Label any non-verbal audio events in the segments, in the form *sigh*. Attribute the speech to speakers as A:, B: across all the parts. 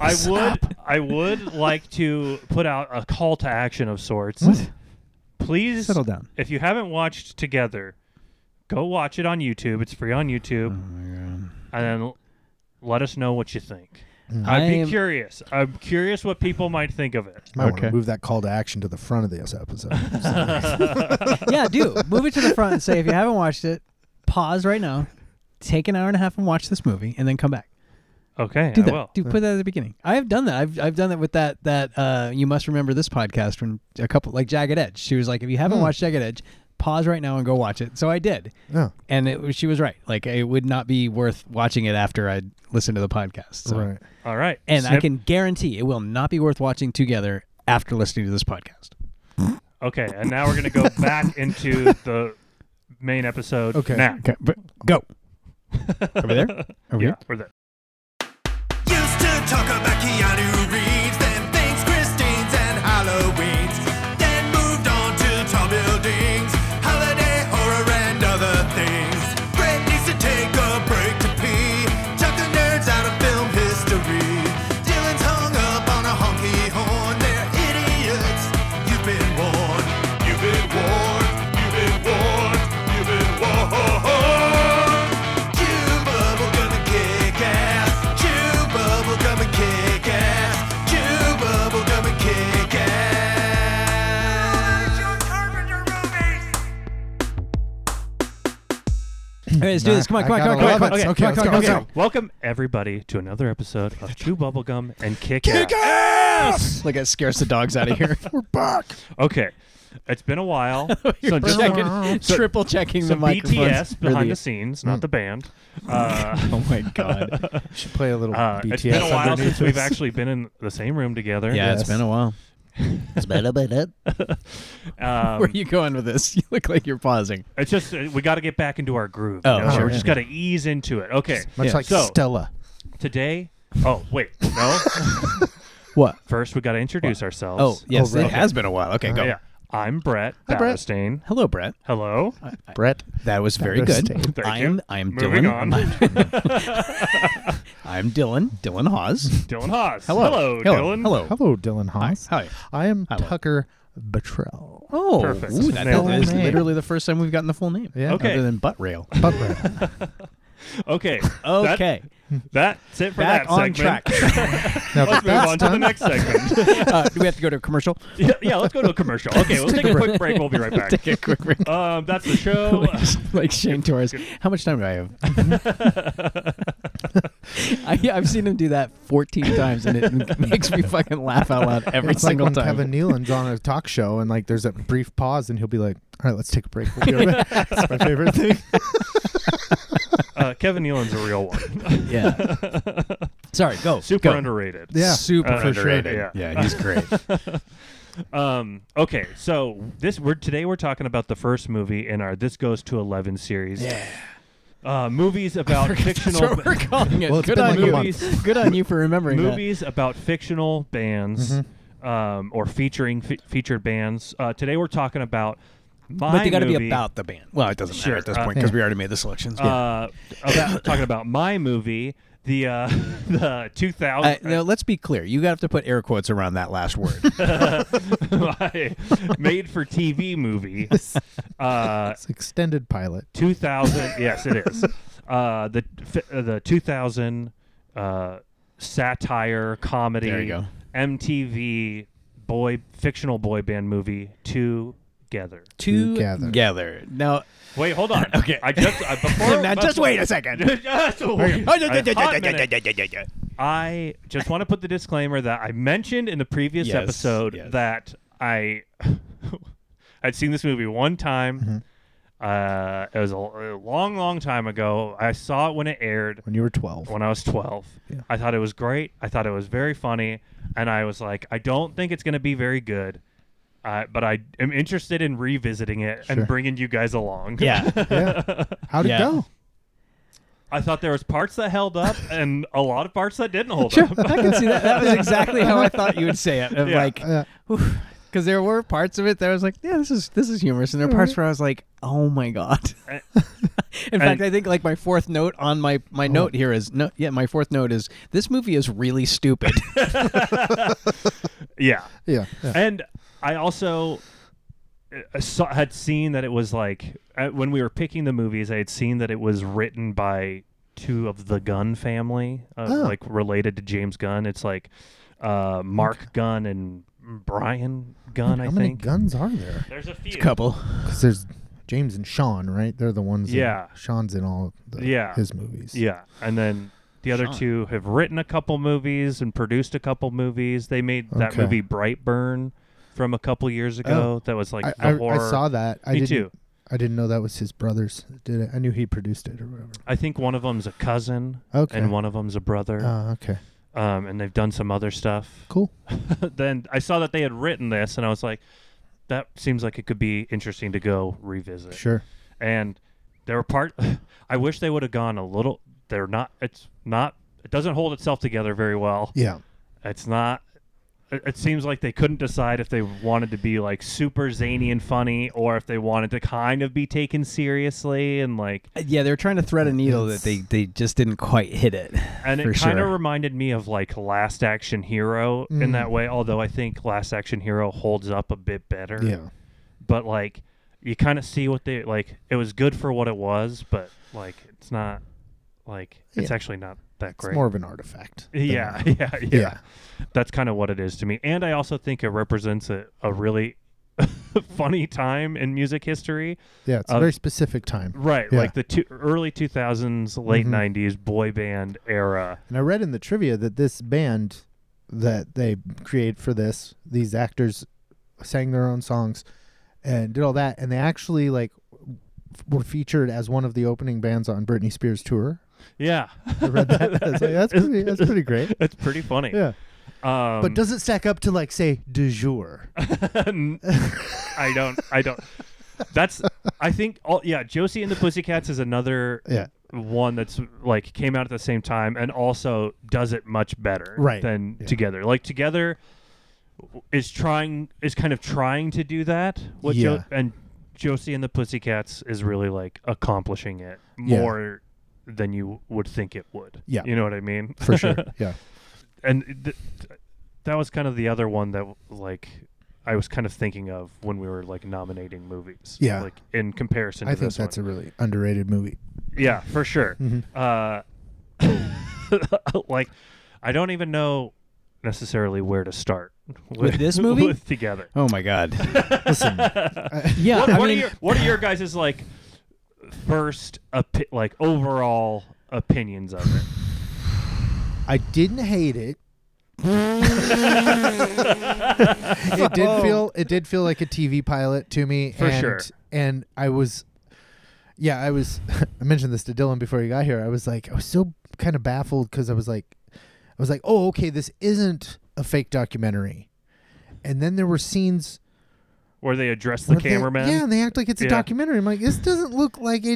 A: I
B: Stop.
A: would I would like to put out a call to action of sorts.
B: What?
A: Please
B: Settle down.
A: If you haven't watched Together, go watch it on YouTube. It's free on YouTube,
B: Oh my god.
A: and then l- let us know what you think.
C: I
A: I'd be
C: am-
A: curious. I'm curious what people might think of it.
D: Might want
B: Okay.
D: to move that call to action to the front of this episode.
C: *laughs*
A: *laughs*
C: yeah, do move it to the front and say if you haven't watched it, pause right now, take an hour and a half and watch this movie, and then come back.
A: Okay,
C: Do
A: I
C: that.
A: will.
C: Do put that at the beginning. I have done that. I've I've done that with that that uh you must remember this podcast when a couple like Jagged Edge. She was like, if you
D: Hmm.
C: haven't watched Jagged Edge, pause right now and go watch it. So I did,
D: yeah.
C: and it, was- she was right. Like it would not be worth watching it after I would listened to the podcast. So.
D: Right.
A: All right,
C: And I
A: Snip-
C: can guarantee it will not be worth watching together after listening to this podcast.
A: Okay, and now we're gonna go back into the main episode.
D: Okay.
A: now.
C: Okay, but
D: Um,
C: go
A: *laughs*
C: over there. Over
A: yeah,
C: here.
A: we're there.
E: Used to talk about Keanu Reeves, then things Christine's and Halloween's. Then moved on to tall buildings, holiday horror and other things. Brett needs to take a break to pee. Chuck the nerds out of film history. Dylan's hung up on a honky horn. They're idiots. You've been warned. You've been warned. You've been warned. You've been warned. Chew bubblegum and kick ass. Chew bubblegum and kick ass. Chew bubblegum and kick ass.
C: All right, let's do this. Come on,
D: I
C: come on, come
D: got
C: on, come on,
D: eleven.
C: come on.
D: Okay,
C: come on,
D: let's
C: come on,
D: go,
C: come on,
D: let's
A: Welcome everybody to another episode of Chew Bubblegum and Kick, Ass.
C: come on. Like it scares the dogs out
A: *laughs*
C: of here.
D: We're back.
A: Okay, it's been a while.
C: *laughs* You're
A: just-
C: checking, triple checking the
A: some
C: microphones.
A: BTS
C: Or
A: behind the scenes, not the
C: *laughs*
A: band. Uh,
C: Oh my god.
D: Should play a
A: *laughs*
D: little
A: uh,
D: BTS.
A: it's been a while
D: underneath
A: since we've
D: this.
A: actually been in the same room together.
C: yeah, it's
D: Yes.
C: been a while. Where
A: Um,
C: are you going with this? *laughs* You look like you're pausing.
A: it's just uh, we got to get back into our groove.
C: Oh,
A: you know?
C: sure.
A: we're just got to ease into it. Okay,
D: Much
C: Yeah.
D: like
A: So-
D: Stella.
A: today. Oh wait,
C: *laughs*
A: no.
C: What?
A: First, we got to introduce ourselves.
C: Oh, yes,
D: right.
C: it has been a while. Okay, go.
A: Uh, yeah. I'm Brett
D: Hi, Brett.
A: Batterstein.
C: Hello, Brett.
A: Hello.
C: Uh, Brett, that was very good.
D: Understand.
A: Thank
C: I
A: you.
C: am. I am
A: Moving
C: Dylan. *laughs*
A: on.
C: I'm Dylan. Dylan
A: *laughs*
C: Hawes.
A: Dylan Haas.
C: Hello.
A: Dylan.
C: Hello.
D: Hello, Dylan Haas.
C: Hi.
D: I am
C: Hello.
D: Tucker Buttrell.
C: Oh,
A: Perfect.
C: Ooh, that
A: Nailed
C: that
D: it.
C: is
D: Full name.
C: literally the first time we've gotten the full name.
D: Yeah.
A: Okay.
C: Other than butt rail.
D: Buttrell.
C: *laughs*
A: Okay. That-
C: Okay.
A: that's it for
C: Back
A: that
C: on
A: segment. *laughs*
C: track.
D: now,
A: Let's move
D: that's
A: on to the
D: done.
A: next segment.
C: *laughs* uh, do we have to go to a commercial?
A: yeah, yeah, let's go to a commercial.
C: *laughs*
A: Okay, we'll take a quick break. We'll be right back.
C: Take a quick break.
A: Um, that's
C: *laughs*
A: the show.
C: like Shane Torres. How much time do I have?
A: *laughs*
C: I, I've seen him do that 14 times, and
A: *laughs*
C: it makes me fucking laugh out loud every
D: it's like
C: single
D: when
C: time.
D: Kevin Nealon's on a talk show and like there's a brief pause and he'll be like, "All right, let's take a break." We'll
C: *laughs*
D: be right back." That's my favorite thing.
A: Uh, Kevin Nealon's a real one.
C: *laughs* Yeah. Sorry,
A: *laughs*
C: go.
A: Super
C: go.
A: underrated.
D: Yeah.
C: Super
A: Uh,
C: underrated.
A: yeah.
C: yeah, he's great.
A: *laughs* Um, okay, so this we're today we're talking about the first movie in our This Goes to Eleven series. Yeah. Uh, movies about
C: That's
A: *laughs* fictional *laughs*
C: what we're calling it.
D: Well, it's
C: good
D: been
C: on
D: like a
C: you.
A: month.
C: Good on you for remembering
A: movies about fictional bands
C: Mm-hmm.
A: um, or featuring fe- featured bands. Uh, today we're talking about my
C: that. But they got to be
A: movie,
C: about the band. Well, it doesn't
A: Sure,
C: matter at this
A: uh,
C: point because we already made the selections.
A: uh, about talking about my movie, the uh, *laughs* the two
C: Uh,
A: thousand.
C: now, let's be clear. You have to put air quotes around that
A: *laughs*
C: last word. Uh,
A: my made for TV
C: *laughs*
A: movie. Uh,
D: It's extended pilot.
A: 2000. yes, it
C: *laughs*
A: is. Uh, the f- uh, the 2000 uh, satire comedy.
C: There you go.
A: MTV boy fictional boy band movie together.
D: Together.
C: Together. Now,
A: Wait, hold on.
C: *laughs* Okay.
A: I just uh, before.
C: *laughs* now just wait a second.
A: *laughs* Just wait.
C: Oh, yeah, yeah,
A: A
C: yeah,
A: hot
C: yeah, yeah,
A: minute.
C: yeah, yeah, yeah, yeah.
A: I just want to put the disclaimer that I mentioned in the previous
C: Yes,
A: episode
C: yes.
A: that I *laughs* I'd seen this movie one time.
C: Mm-hmm.
A: Uh, it was a, a long, long time ago. I saw it when it aired
D: When you were 12.
A: when I was 12. I thought it was great. I thought it was very funny, and I was like, I don't think it's going to be very good. Uh, but I am interested in revisiting it and
D: Sure.
A: bringing you guys along.
C: *laughs* Yeah.
D: *laughs* Yeah. How'd
C: Yeah.
D: it go?
A: *laughs* I thought there was parts that held up and a lot
C: *laughs*
A: of parts that didn't hold
C: Sure,
A: up.
C: I can see that. That was exactly how I thought you would say it. Of
A: Yeah.
C: Like,
D: Yeah.
C: "Whew, because there were parts of it that I was like, yeah, this is this is humorous, and there were parts where I was like, oh my god. *laughs*
A: And-
C: In fact, I think like my fourth note on my my note here is no, yeah, my fourth note is this movie is really stupid.
A: *laughs*
C: *laughs*
A: yeah.
D: yeah, yeah.
A: And I also uh, saw, had seen that it was like uh, when we were picking the movies, I had seen that it was written by two of the Gunn family, uh,
D: Oh.
A: like related to James Gunn. It's like uh, Mark Gunn and Brian Gunn,
D: How
A: I
D: many
A: think.
D: guns are there?
A: There's a few.
C: Couple.
D: 'Cause there's James and Sean, right? They're the ones. in-
A: Yeah.
D: Sean's in all the,
A: Yeah.
D: his movies.
A: Yeah, and then the other
C: Sean.
A: two have written a couple movies and produced a couple movies. They made that
D: Okay.
A: movie Brightburn from a couple years ago. That was like
D: I,
A: the
D: I, I
A: horror.
D: saw that. I
A: Me
D: didn't,
A: too.
D: I didn't know that was his brothers that did it. I knew he produced it or whatever.
A: I think one of them's a cousin,
D: Okay.
A: and one of them's a brother.
D: Uh, okay.
A: um, and they've done some other stuff.
D: Cool.
A: *laughs* then I saw that they had written this, and I was like, that seems like it could be interesting to go revisit.
D: Sure.
A: And there were part. *laughs* I wish they would have gone a little. They're not. It's not. It doesn't hold itself together very well.
D: Yeah.
A: It's not. It it seems like they couldn't decide if they wanted to be like super zany and funny, or if they wanted to kind of be taken seriously and like.
C: Yeah, they were trying to thread a needle that they they just didn't quite hit it.
A: And
C: for
A: it kind of
C: sure.
A: reminded me of like Last Action Hero in
D: Mm.
A: that way, although I think Last Action Hero holds up a bit better.
D: Yeah.
A: But like, you kind of see what they like. It was good for what it was, but like, it's not like it's
D: Yeah.
A: actually not that
D: It's
A: great.
D: more of an artifact.
A: *laughs*
D: than
A: yeah,
D: a-
A: yeah, yeah, That's kind of what it is to me. And I also think it represents a, a really *laughs* funny time in music history.
D: Yeah. It's
A: Uh,
D: a very specific time.
A: Right.
D: Yeah. Mm-hmm.
A: Like the two, early 2000s, late 90s boy band era.
D: And I read in the trivia that this band that they created for this, these actors sang their own songs and did all that, and they actually like f- were featured as one of the opening bands on Britney Spears tour.
A: Yeah.
D: I read that. I was like, *laughs* that's pretty. That's pretty great.
A: *laughs* It's pretty funny.
D: Yeah.
A: Um,
D: But does it stack up to like say de jour?
A: N- *laughs* I don't. I don't. That's. I think. All, yeah, Josie and the Pussycats is another
D: Yeah.
A: one that's like came out at the same time and also does it much better
D: Right.
A: than
D: Yeah.
A: together. Like together is trying is kind of trying to do that. What
D: Yeah.
A: jo- and Josie and the Pussycats is really like accomplishing it
D: Yeah.
A: more than you would think it would.
D: Yeah.
A: you know what I mean. *laughs*
D: For sure. Yeah.
A: and th- th- that was kind of the other one that like I was kind of thinking of when we were like nominating movies.
D: Yeah.
A: like in comparison. To
D: I think
A: this
D: that's
A: one.
D: a really underrated movie.
A: yeah for sure.
D: Mhm.
A: Uh, *laughs* like I don't even know necessarily where to start with,
C: this movie?
A: with *laughs* together.
C: Oh my *laughs* god.
A: *laughs*
D: Listen,
C: *laughs* Yeah,
A: what,
C: I
A: what
C: mean,
A: are your what are your guys' like first opi- like overall opinions of
C: *laughs*
A: it? *laughs*
D: I didn't hate it. it did feel it did feel like a TV pilot to me.
A: For
D: and,
A: sure.
D: And I was, yeah, I was. *laughs* I mentioned this to Dylan before he got here. I was like, I was so kind of baffled because I was like, I was like, oh, okay, this isn't a fake documentary. And then there were scenes
A: Where they address the
D: where they-
A: cameraman?
D: yeah, and they act like it's
A: Yeah.
D: a documentary. I'm like, this doesn't look like a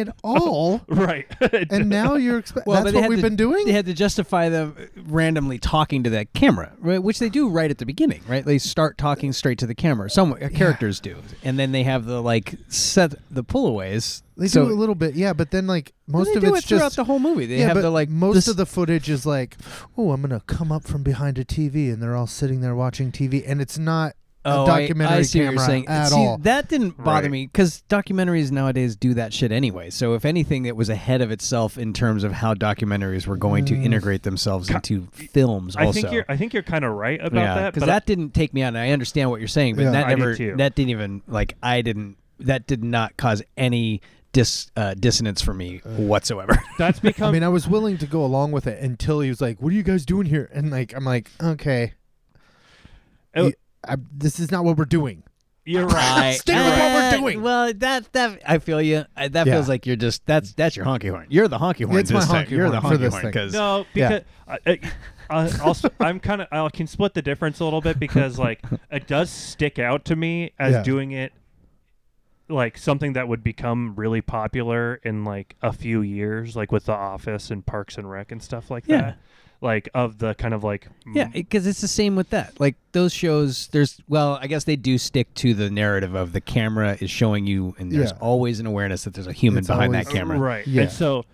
C: *laughs*
D: at all.
A: right. *laughs*
D: and now you're expecting
C: Well, but
D: that's
C: they had
D: what we've
C: to-
D: been doing.
C: They had to justify them randomly talking to that camera, right? which they do right at the beginning, right? They start talking straight to the camera. Some uh, characters do, and then they have the like set the pullaways.
D: They
C: so
D: do a little bit, yeah, but then like most
C: they
D: of
C: do
D: it's
C: it throughout
D: just
C: the whole movie. They
D: yeah,
C: have
D: but
C: the like
D: most
C: this-
D: of the footage is like, oh, I'm gonna come up from behind a TV, and they're all sitting there watching TV, and it's not
C: oh,
D: a
C: I-
D: documentary
C: I, see
D: camera
C: what you're saying.
D: at
C: See,
D: all.
C: That didn't bother
A: Right.
C: me because documentaries nowadays do that shit anyway. So if anything, it was ahead of itself in terms of how documentaries were going
D: Mm.
C: to integrate themselves into films.
A: I
C: also,
A: think you're I think you're kind of right about that.
C: because
A: but
C: that didn't take me out. And I understand what you're saying, but
D: Yeah.
C: that
A: I did
C: never,
A: too.
C: that didn't even like I didn't. That did not cause any dis uh, dissonance for me
D: *laughs*
C: whatsoever. *laughs*
A: that's
D: I
A: become
D: mean, I was willing to go along with it until he was like, "What are you guys doing here?" And like, I'm like, "Okay,
A: Oh.
D: you- I, this is not what we're doing."
C: *laughs*
A: you're right.
D: *laughs* Stick with what we're
C: Uh,
D: doing.
C: Well, that that I feel you. I, that
D: Yeah.
C: feels like you're just that's that's your honky horn. You're the honky horn.
D: It's my
C: this time.
D: honky
C: You're the
D: horn
C: honky
D: for this
C: horn
D: thing.
C: because
A: No,
D: Yeah.
A: because uh, I, I, I also, I'm kind of I can split the difference a little bit because like it does stick out to me as
D: Yeah.
A: doing it like something that would become really popular in like a few years, like with The Office and Parks and Rec and stuff like
C: Yeah.
A: that. like of the kind of like m-
C: Yeah, because it's the same with that. Like those shows, there's well, I guess they do stick to the narrative of the camera is showing you, and there's
D: Yeah.
C: always an awareness that there's a human
D: It's
C: behind that
D: always-
C: camera.
A: right
D: Yeah.
A: and so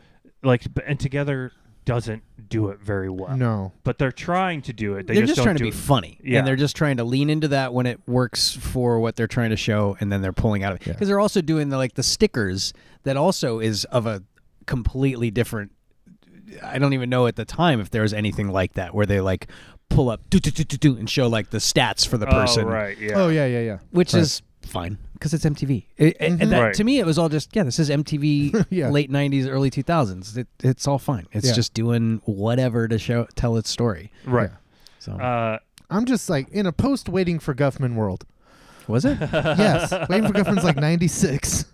A: like b- and together doesn't do it very
C: Uh,
A: well
D: No.
A: but they're trying to do it they
C: They're just,
A: don't
C: trying
A: do
C: to be
A: it.
C: funny,
A: Yeah.
C: and they're just trying to lean into that when it works for what they're trying to show, and then they're pulling out of it because they're also doing the like the stickers that also is of a completely different. I don't even know at the time if there was anything like that where they like pull up do do do do do and show like the stats for the person,
A: oh right yeah
D: Oh yeah, yeah, yeah.
C: which
D: Right.
C: is fine because it's MTV. It- it- and that,
A: Mm-hmm. Right.
C: to me, it was all just yeah, this
A: *laughs*
C: is MTV
D: Yeah.
C: late '90s, early 2000s. It, it's all fine. It's
D: Yeah.
C: just doing whatever to show tell its story.
A: right
C: So
A: uh
D: I'm just like in a post waiting for Guffman world.
A: *laughs*
C: was it? *laughs*
D: yes, waiting for Guffin's like '96.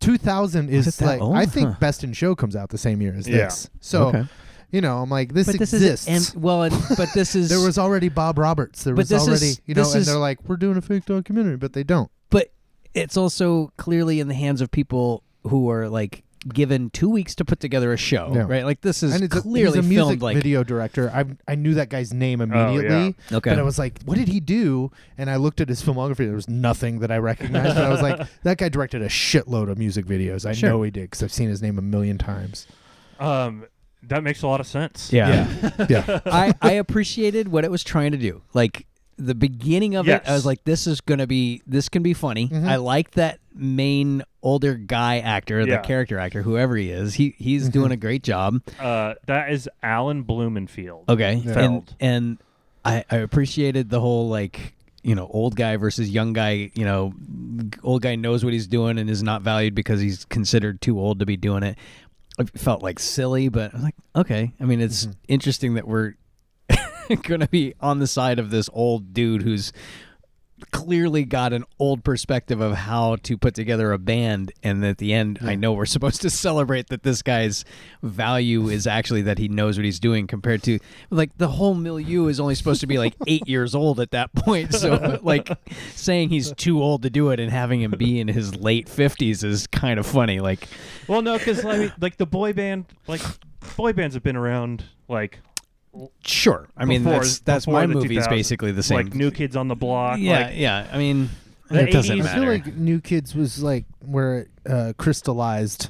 D: 2000
C: Was
D: is
C: it that
D: like
C: old?
D: I think
C: Huh.
D: Best in Show comes out the same year as
A: Yeah.
D: this. So,
C: Okay.
D: you know, I'm like this
C: but this
D: exists.
C: is M- well, it,
D: *laughs*
C: but this is
D: there was already Bob Roberts. There
C: But
D: was
C: this is-
D: already, you know,
C: this
D: and
C: is-
D: they're like, we're doing a fake documentary, but they don't.
C: but it's also clearly in the hands of people who are like given two weeks to put together a show,
D: Yeah.
C: right? Like this is
D: and it's a-
C: clearly
D: he's a music
C: filmed like
D: video director. I I knew that guy's name immediately.
C: yeah. Okay.
D: But I was like, what did he do? And I looked at his filmography. There was nothing that I recognized. but I was like, *laughs* that guy directed a shitload of music videos. I
C: Sure.
D: know he did because I've seen his name a million times.
A: um that makes a lot of sense
C: yeah.
D: Yeah.
C: *laughs* I, I appreciated what it was trying to do. Like the beginning of it, I
A: Yes.
C: was like, this is going to be, this can be funny.
D: Mm-hmm.
C: I like that main older guy actor,
A: Yeah.
C: the character actor, whoever he is. He He's
D: Mm-hmm.
C: doing a great job.
A: uh that is alan blumenfield
C: Okay. And,
A: Feld.
C: and I, I appreciated the whole like, you know, old guy versus young guy, you know, g- old guy knows what he's doing and is not valued because he's considered too old to be doing it. It felt like silly, but I was like, okay. I mean, it's interesting that we're *laughs* going to be on the side of this old dude who's clearly got an old perspective of how to put together a band and at the end I know we're *laughs* supposed to celebrate that this guy's value is actually that he knows what he's doing compared to like the whole milieu is only supposed to be like
A: *laughs*
C: 8 years old at that point so like saying he's too old to do it and having him be in his late 50s is kind of funny like
A: well no because *laughs* like, like the boy band like boy bands have been around like
C: sure I mean
A: Before-
C: that's that's
A: before
C: my
A: the
C: movie is
A: 2000s,
C: basically the same
A: like new kids on the block
C: yeah
A: like,
C: yeah I mean
A: The
C: it doesn't
A: 80s
D: I feel
C: matter
D: like New Kids was like where it uh, crystallized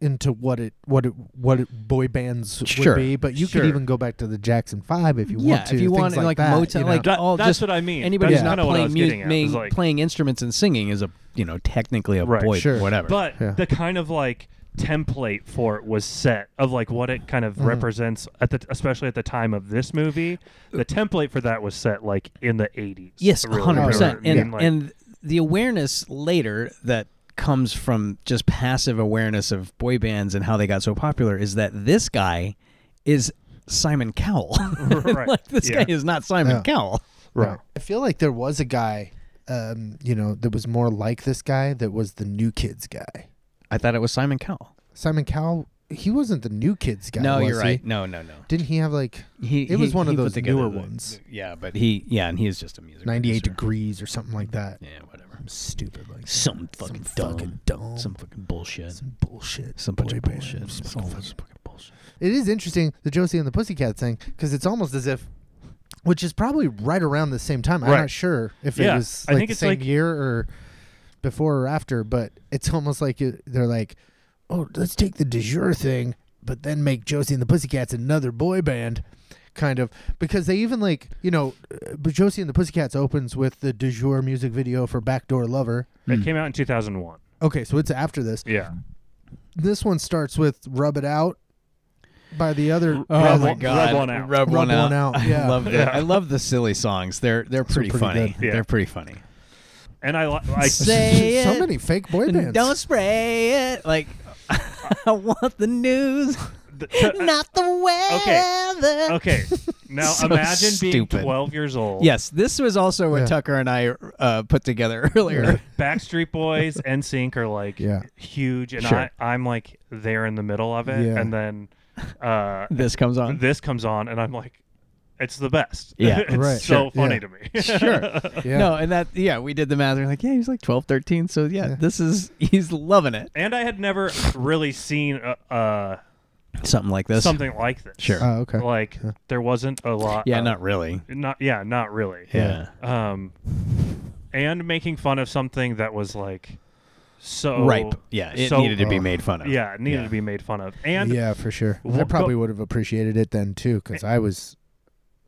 D: into what it what it what it, boy bands
C: Sure.
D: would be. But you
A: Sure.
D: could even go back to the Jackson Five if you
C: yeah,
D: want to.
C: if you
D: things
C: want
D: like,
C: like,
D: that,
C: Motown,
D: you know?
C: like
A: That-
C: all
A: that's
C: just
A: what I mean.
C: Anybody who's
D: That's
C: not
A: kinda what I
C: playing
A: was
C: mu-
A: getting at,
C: main-
A: was like-
C: playing instruments and singing is a you know technically a
A: Right,
C: boy
D: sure.
C: whatever.
A: but
D: Yeah.
A: the kind of like template for it was set of like what it kind
C: Mm-hmm.
A: of represents at the especially at the time of this movie the template for that was set like in the 80s
C: yes,
A: really.
C: hundred percent.
A: I mean,
C: And
A: like,
C: and the awareness later that comes from just passive awareness of boy bands and how they got so popular is that this guy is Simon Cowell. *laughs*
A: Right,
C: like this
A: yeah.
C: guy is not Simon
D: Yeah.
C: Cowell.
A: right
D: I feel like there was a guy, um, you know, that was more like this guy that was the New Kids guy.
C: I thought it was Simon Cowell.
D: Simon Cowell, he wasn't the New Kids guy.
C: no,
D: was
C: you're
D: he?
C: right. No, no, no.
D: Didn't he have like
C: He,
D: It was
C: he-
D: one of
C: he put
D: those
C: together
D: newer
C: the-
D: ones.
C: the- yeah, but he yeah, and he is just a music
D: 98
C: producer.
D: degrees or something like that?
C: Yeah, whatever.
D: Stupid, like
C: Some fucking dumb.
D: fucking dumb.
C: Some fucking bullshit. Some,
D: some bullshit.
C: bunch of
D: boy band.
C: bullshit.
D: Some
C: Some
D: fucking-
C: fucking bullshit.
D: It is interesting the Josie and the Pussycat thing because it's almost as if, which is probably right around the same time. I'm
A: Right.
D: not sure if
A: Yeah,
D: it was
A: I
D: like
A: think
D: the
A: it's
D: same
A: like-
D: year or before or after, but it's almost like it, they're like, oh, let's take the de jure thing, but then make Josie and the Pussycats another boy band. Kind of because they even like you know, uh, but Josie and the Pussycats opens with the de jure music video for Backdoor Lover.
A: it
C: Hmm.
A: came out in 2001
D: Okay, so it's after this.
A: yeah
D: This one starts with "Rub It Out" by the other.
A: Oh
D: by
A: my
D: the-
A: one- God. rub one out.
C: Rub, one, out. *laughs* I
D: yeah.
C: love the,
A: Yeah.
C: I love the silly songs. They're they're pretty,
D: pretty
C: funny.
D: good.
A: Yeah.
C: They're pretty funny.
A: and i li- I
C: Say
D: so
C: it.
D: many fake boy bands.
C: Don't spray it. Like *laughs* I want the news,
A: th-
C: not *laughs* the weather.
A: *laughs* okay now
C: So
A: imagine
C: stupid.
A: being 12 years old
C: Yes, this was also what
D: Yeah.
C: Tucker and I uh, put together *laughs* earlier.
A: Backstreet
C: *laughs*
A: Boys and Sync are like
D: Yeah.
A: huge, and
D: Sure.
A: I, I'm like there in the middle of it,
D: Yeah.
A: and then
C: *laughs*
A: uh,
C: This comes on.
A: this comes on, and I'm like, it's the best. *laughs*
C: Yeah.
A: it's
D: Right.
A: so
D: Sure.
A: funny
D: Yeah.
A: to me.
C: *laughs*
A: *laughs*
C: sure.
D: Yeah.
C: No, and that yeah, we did the math. We're like, yeah, he's like 12, 13. *laughs* So yeah, this is he's loving it.
A: and I had never really seen a, a,
C: something like this.
A: uh, something like this.
C: Sure.
D: Oh, okay.
A: Like
D: Yeah.
A: there wasn't a lot.
C: Yeah,
A: of-
C: not really.
A: not yeah, not really.
C: Yeah.
A: Um, and making fun of something that was like so
C: Ripe. Yeah, it
A: so-
C: needed to be
D: Oh.
C: made fun of.
A: Yeah, it needed
C: Oh, Yeah.
A: to be made fun of. And
D: yeah, for sure. I
A: Well,
D: probably
A: go-
D: would have appreciated it then too, because I was.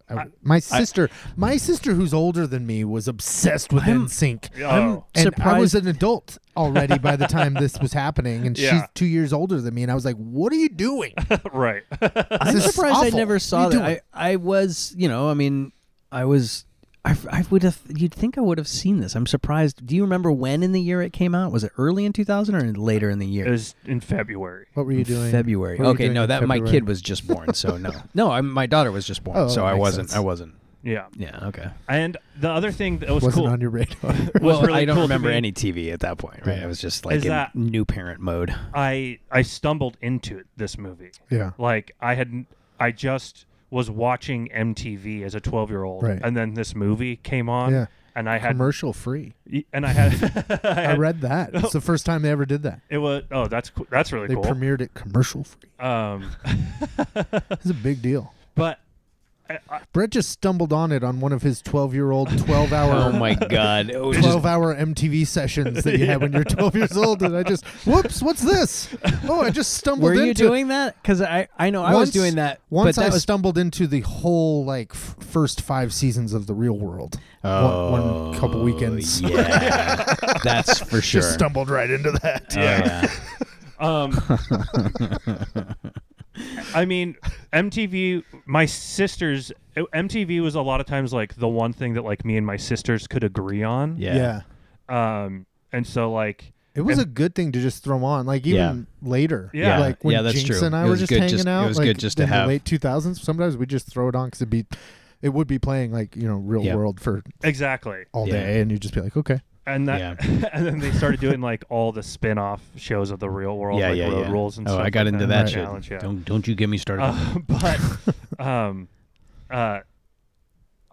D: I,
A: I-
D: my sister, my sister who's older than me, was obsessed with
C: I'm-
D: NSYNC.
A: oh,
D: And I was
C: surprised-
D: an adult already by the time this was happening, and she's
A: *laughs* Yeah.
D: two years older than me. And I was like, "What are you doing?"
A: *laughs* right.
C: I'm
D: This is
C: surprised I
D: awful.
C: never
D: What
C: saw
D: are
C: that.
D: you
C: I, I was, you know, I mean, I was, I, I would have, you'd think I would have seen this. I'm surprised. Do you remember when in the year it came out? Was it early in 2000 or later in the
A: it
C: year?
A: was in February.
D: What were you doing?
C: February.
D: What were you
C: Okay,
D: doing
C: no,
D: in
C: that my
D: February?
C: kid was just born, so
D: *laughs*
C: no, no, I, my daughter was just born,
D: Oh,
C: so
D: that
C: I
D: makes
C: wasn't,
D: sense.
C: I wasn't.
A: Yeah.
C: Yeah, okay.
A: And the other thing that was
D: wasn't
A: cool
D: on
A: *laughs*
D: your radar.
A: was
C: Well,
A: really
C: I don't
A: cool to
C: remember
A: me.
C: any TV at that point, right? I was just like
A: Is
C: in
A: that-
C: new parent mode.
A: I I stumbled into this movie.
D: yeah,
A: Like I had n- I just was watching MTV as a 12-year-old
D: Right.
A: and then this movie came on
D: Yeah.
A: and I had
D: commercial free.
A: and I had, I
D: *laughs* I
A: had-
D: read that. It's the first time they ever did that.
A: *laughs* it was oh that's cool. that's really
D: They
A: cool.
D: premiered it commercial free.
A: um
D: It's a big deal.
A: but I, I,
D: Brett just stumbled on it on one of his 12 year old,
C: *laughs*
D: 12
C: Oh
D: *laughs* hour,
C: my god! It was
D: 12
C: just,
D: hour MTV sessions that you had when you're 12 years old. And I just, whoops, what's this? Oh, I just stumbled
C: were
D: into
C: you doing that? Because I, I know I was
D: Once-
C: doing that.
D: Once
C: but that
D: I
C: was
D: stumbled into the whole like f- first five seasons of the Real World, One- one couple weekends,
C: Oh, Yeah, *laughs* that's for sure.
D: *laughs* just stumbled right into that.
C: Oh, yeah. *laughs*
A: Um, I mean, MTV. My sisters, MTV was a lot of times like the one thing that like me and my sisters could agree on.
C: Yeah.
D: Yeah.
A: Um, and so like,
D: It was
A: And-
D: a good thing to just throw on, like even later.
A: Yeah.
D: like when
C: Yeah, that's
D: Jinx
C: true.
D: and I
C: It
D: were
C: was
D: just
C: good
D: hanging
C: just- it
D: out.
C: was
D: like,
C: good just to
D: in
C: have-
D: the late two thousands. Sometimes we just throw it on because it'd be, it would be playing like you know Real
C: Yeah.
D: World for
A: exactly.
D: all
C: Yeah.
D: day, and you'd just be like, okay,
A: And that, *laughs* and then they started doing like all the spin-off shows of the real world,
C: yeah,
A: like
C: yeah,
A: Road
C: yeah.
A: Rules and
C: oh,
A: stuff.
C: I got
A: like
C: into
A: that,
C: that
A: and
C: shit.
A: Challenge, yeah.
C: Don't don't you get me *laughs* started. on
A: Uh, *laughs* but um uh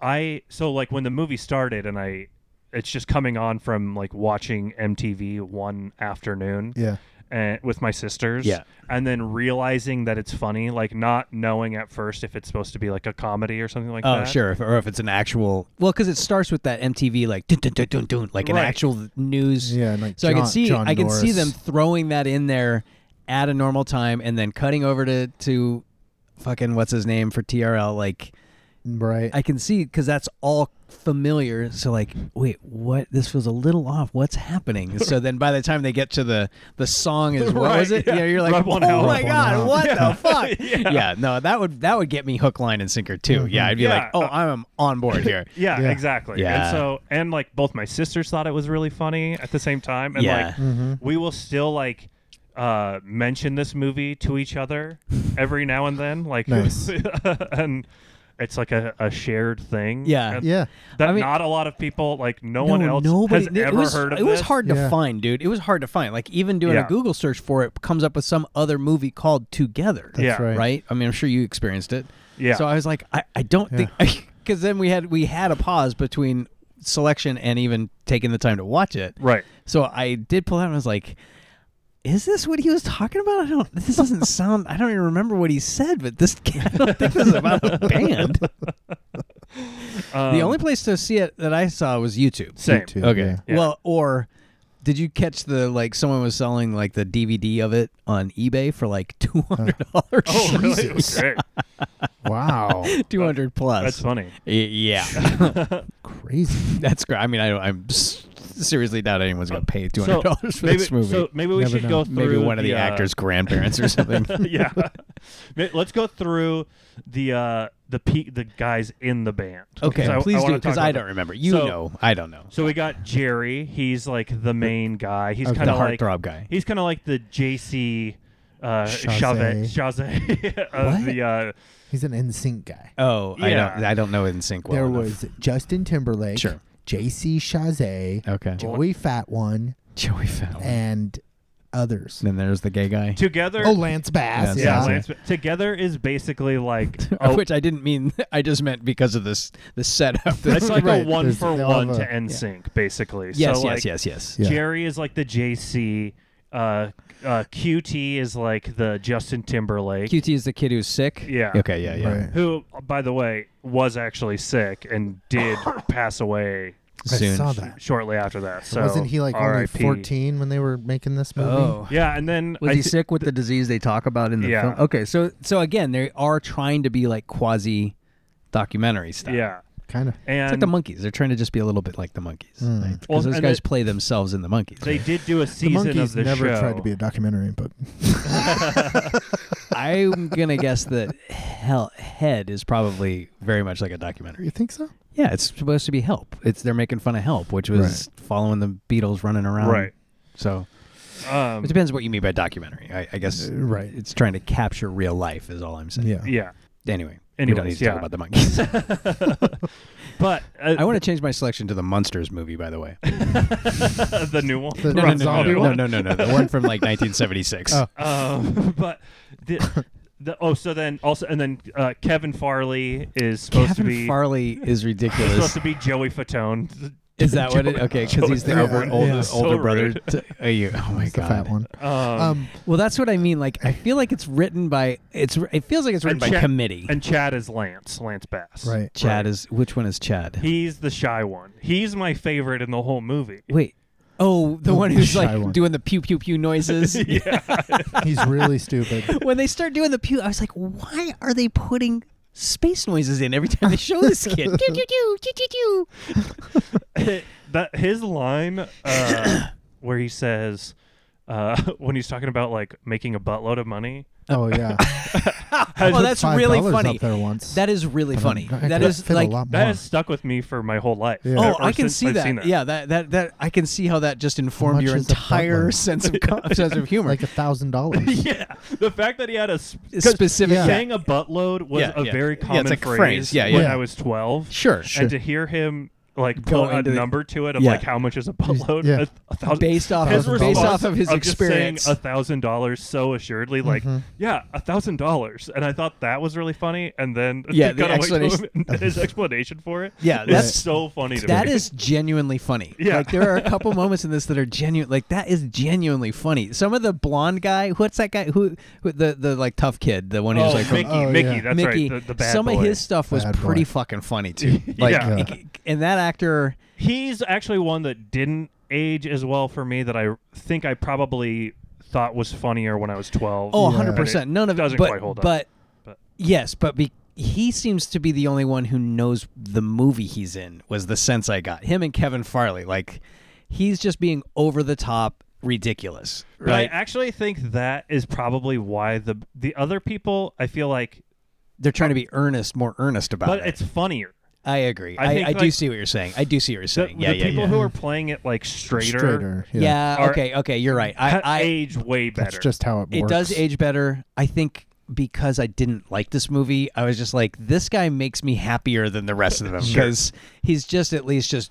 A: i so like when the movie started and i it's just coming on from like watching mtv one afternoon
D: yeah,
A: and with my sisters
C: Yeah.
A: and then realizing that it's funny like not knowing at first if it's supposed to be like a comedy or something like
C: Oh,
A: that
C: sure. If, or if it's an actual, well, because it starts with that MTV like dun, dun, dun, dun, dun, like an
A: Right.
C: actual news.
D: yeah. And like
C: So I can
D: John-
C: see,
D: John
C: I can see
D: Norris.
C: them throwing that in there at a normal time, and then cutting over to to fucking what's his name for TRL. Like
D: right.
C: I can see because that's all familiar. So like, wait, what? This feels a little off. What's happening? So then by the time they get to the the song is what was
A: Right,
C: it?
A: yeah.
C: Yeah, you're like,
A: Rub
C: oh
A: one out,
C: my
A: rub
D: one
C: god,
D: out."
C: what
A: Yeah.
C: the
A: *laughs*
C: fuck?
A: Yeah.
C: yeah. no, that would that would get me hook, line, and sinker too. Yeah, I'd be
A: Yeah.
C: like, oh, I'm on board here.
A: yeah,
D: Yeah.
A: exactly
C: Yeah.
A: and so and like both my sisters thought it was really funny at the same time and
C: Yeah.
A: like we will still like uh mention this movie to each other every now and then like
D: Nice.
A: *laughs* and it's like a, a shared thing
C: Yeah.
A: and
D: yeah,
A: that
C: I mean-
A: not a lot of people like *laughs* no,
C: No,
A: one else
C: nobody,
A: has
C: it
A: ever
C: was,
A: heard of
C: It was
A: this.
C: hard to
D: Yeah.
C: find, dude. It was hard to find. Like even doing
A: Yeah.
C: a Google search for it comes up with some other movie called Together.
A: yeah
D: right.
C: right. I mean, I'm sure you experienced it.
A: Yeah.
C: So I was like, I, I don't
D: Yeah.
C: *laughs* think because then we had we had a pause between selection and even taking the time to watch it. *laughs*
A: right
C: So I did pull out and I was like, is this what he was talking about? I don't.
A: *laughs*
C: This doesn't sound. I don't even remember what he said, but this. *laughs* I don't think this is about a
A: *laughs*
C: band.
A: um,
C: the only place to see it that I saw was YouTube.
A: same
D: Me too,
C: Okay.
A: Yeah.
C: Well, or did you catch the like someone was selling like the DVD of it on eBay for like *laughs* two hundred dollars?
A: oh
C: *laughs*
A: really
D: Jesus.
A: Great.
D: yeah. Wow,
C: two hundred plus.
A: that's funny
C: Y- yeah, *laughs*
D: crazy.
C: that's great. I mean, I don't, I'm s- seriously doubt anyone's gonna pay two
A: so
C: hundred dollars for
A: maybe,
C: this movie.
A: so maybe we
D: Never
A: should go
D: know.
A: through
C: maybe one of the
A: uh,
C: actors' grandparents
A: *laughs*
C: or something. *laughs*
A: yeah Ma- let's go through the uh the pe- the guys in the band
C: okay,
A: I- I
C: please do
A: wanna talk
C: because I
A: about
C: don't remember. You
A: So-
C: know, I don't know.
A: So we got Jerry. He's like the main guy. He's
D: Okay.
A: kind
C: The
A: of like
C: heartthrob guy.
A: He's kind of like the JC uh, Chave
D: Chazet.
A: Chazet *laughs* of
C: What?
A: the uh,
D: He's an NSYNC guy.
C: Oh, I
A: Yeah.
C: don't. I don't know in sync. Well
D: there
C: enough.
D: was Justin Timberlake,
C: Sure.
D: J.C. Chazé,
C: okay. *laughs*
D: Joey Fat One,
C: Joey Fallon. And
D: and others.
C: then there's the gay guy.
A: together.
D: Oh, Lance Bass.
C: Lance
A: yeah,
C: Bass,
D: yeah.
A: Lance, together is basically like
C: *laughs*
A: a,
C: which I didn't mean. *laughs* I just meant because of this
A: *laughs*
C: the setup.
A: it's like
D: Right,
A: a one
D: there's-
A: for
D: they all have
A: one
D: a-
A: to NSYNC, basically.
C: yes,
A: so
C: yes,
A: like,
C: yes, yes,
D: Yeah.
A: Jerry is like the JC. Uh, uh, QT is like the Justin Timberlake.
C: QT is the kid who's sick.
A: Yeah.
C: Okay. Yeah. Yeah.
D: Right.
A: who, by the way, was actually sick and
D: *coughs*
A: did pass away
C: Soon.
D: I saw that.
A: shortly after that. So
D: Wasn't he like only
A: RIP.
D: 14 when they were making this movie?
C: Oh.
A: Yeah, and then
C: Was
A: I
C: he
A: thi-
C: sick with the disease they talk about in the
A: Yeah.
C: film? Okay, so so again, they are trying to be like quasi documentary stuff.
A: Yeah,
D: Kind of.
A: and
C: It's like the monkeys. They're trying to just be a little bit like the monkeys. Because
D: Hmm.
A: Well,
C: those
A: and
C: guys
A: it-
C: play themselves in the monkeys.
A: they did do a
D: The
A: season
D: monkeys
A: of the
D: never
A: show.
D: tried to be a documentary, but
A: *laughs*
C: I'm gonna guess that hell head is probably very much like a documentary.
D: you think so?
C: Yeah, it's supposed to be help. It's they're making fun of help, which was following the Beatles running around.
A: Right.
C: So
A: um,
C: it depends what you mean by documentary. I, I guess
D: Uh, right.
C: It's trying to capture real life is all I'm saying.
D: Yeah.
A: yeah,
C: Anyway, we don't
A: Anyways,
C: need to
A: yeah.
C: talk about the monkeys.
A: *laughs* but uh,
C: I want to change my selection to the Munsters movie, by the way.
A: *laughs* the new one.
D: The-
A: the
D: no, no, no,
A: zombie
D: no,
A: one.
C: no, no, no, the one from like 1976.
D: Oh.
A: *laughs* Um, but the, the oh, so then also and then uh, Kevin Farley is supposed
C: Kevin
A: to be
C: Farley is
A: supposed *laughs*
C: ridiculous.
A: to be Joey Fatone.
C: is that what it? Okay, because he's the
D: Yeah,
C: over,
D: yeah.
C: older,
A: So
C: older brother.
A: rude.
C: *laughs* To, are you, oh my
D: It's the
C: god.
D: fat one.
A: Um,
C: Oh,
D: Um,
C: Well, that's what I mean. Like, I feel like it's written by it's. It feels like it's written
A: and
C: by
A: Chad-
C: committee.
A: And Chad is Lance, Lance Bass.
D: right.
C: Chad is which one is Chad?
A: He's the shy one. He's my favorite in the whole movie. *laughs*
C: Wait. Oh, the one who's
D: shy
C: like
D: one.
C: doing the pew pew
A: *laughs*
C: pew noises.
D: He's
C: *laughs*
D: really stupid.
C: when they start doing the pew, I was like, why are they putting space noises in every time they show this
A: *laughs*
C: kid? Pew, pew, pew, pew, pew, pew.
A: that his line uh, where he says uh, *laughs* when he's talking about like making a buttload of money.
D: Oh yeah.
A: Has,
C: Well, Oh, that's
D: $5
C: really
D: up
C: funny.
D: there once.
C: That is really funny.
D: I
C: That
D: could
C: is
D: fit
C: like
D: a lot more.
A: that has stuck with me for my whole life.
D: Yeah.
C: Oh,
A: Ever
C: I can
A: since
C: see
A: I've
C: that.
A: seen that.
C: Yeah, that, that that I can see how that just informed
D: much
C: your
D: is a
C: entire
D: buttload?
C: sense of
D: *laughs*
C: co- sense of humor.
D: like a thousand
A: *laughs*
D: dollars.
A: Yeah. The fact that he had a s- 'cause
C: Specific-
D: Yeah.
A: saying a buttload was
C: Yeah,
A: a
C: yeah.
A: very
C: Yeah, it's
A: common
C: like a
A: phrase,
C: phrase. Yeah,
A: when
D: yeah.
A: I was 12.
C: sure,
D: Sure.
A: And to hear him like
C: Go
A: put a
C: into the-
A: number to it of
C: Yeah.
A: like how much is a buttload
D: Yeah.
A: a- a thousand-
C: Based off
A: his
D: of- based
A: response
C: off of his
A: just
C: experience. Mm-hmm.
A: saying a thousand dollars so assuredly like yeah a thousand dollars and I thought that was really funny and then *laughs*
C: Yeah,
A: got away
C: the
A: to
C: explanation-
A: him, and his explanation for it
C: Yeah,
A: is
C: that's-
A: so funny to
C: That
A: me.
C: is genuinely funny.
A: *laughs* Yeah.
C: Like there are a couple moments in this that are genuine. Like that is genuinely funny. Some of the blonde guy. What's that guy? Who, who the the like tough kid? The one
A: oh,
C: who's like from
A: Mickey
D: oh,
A: Mickey
D: yeah.
A: that's
C: Mickey.
A: right the, the bad
C: some
A: boy.
C: of his stuff was
D: Bad boy.
C: pretty fucking funny
A: *laughs*
C: too. Like,
A: Yeah.
C: it- it- and that actor.
A: He's actually one that didn't age as well for me that I think I probably thought was funnier when I was 12.
C: Oh,
D: Yeah.
C: 100
A: But it
C: percent. None of
A: doesn't
C: it, but,
A: quite hold up.
C: But,
A: But-
C: yes, but be, he seems to be the only one who knows the movie he's in. Was the sense I got him and Kevin Farley. Like he's just being over the top, ridiculous.
A: But I
C: Right?
A: actually think that is probably why the the other people I feel like
C: They're trying to be earnest, more earnest about
A: but
C: it.
A: it's funnier.
C: I agree.
A: I
C: I,
A: think,
C: I, do
A: like,
C: see what you're saying. I do see what you're
A: The,
C: saying. yeah,
A: the
C: yeah,
A: people
C: yeah.
A: who are playing it like straighter,
D: Straighter. Yeah.
C: yeah.
A: are-
C: okay. Okay. You're right. I,
A: ha-
C: I
A: age way better.
D: That's just how it works.
C: it does age better. I think because I didn't like this movie, I was just like, this guy makes me happier than the rest of
D: *laughs*
C: them because he's just at least just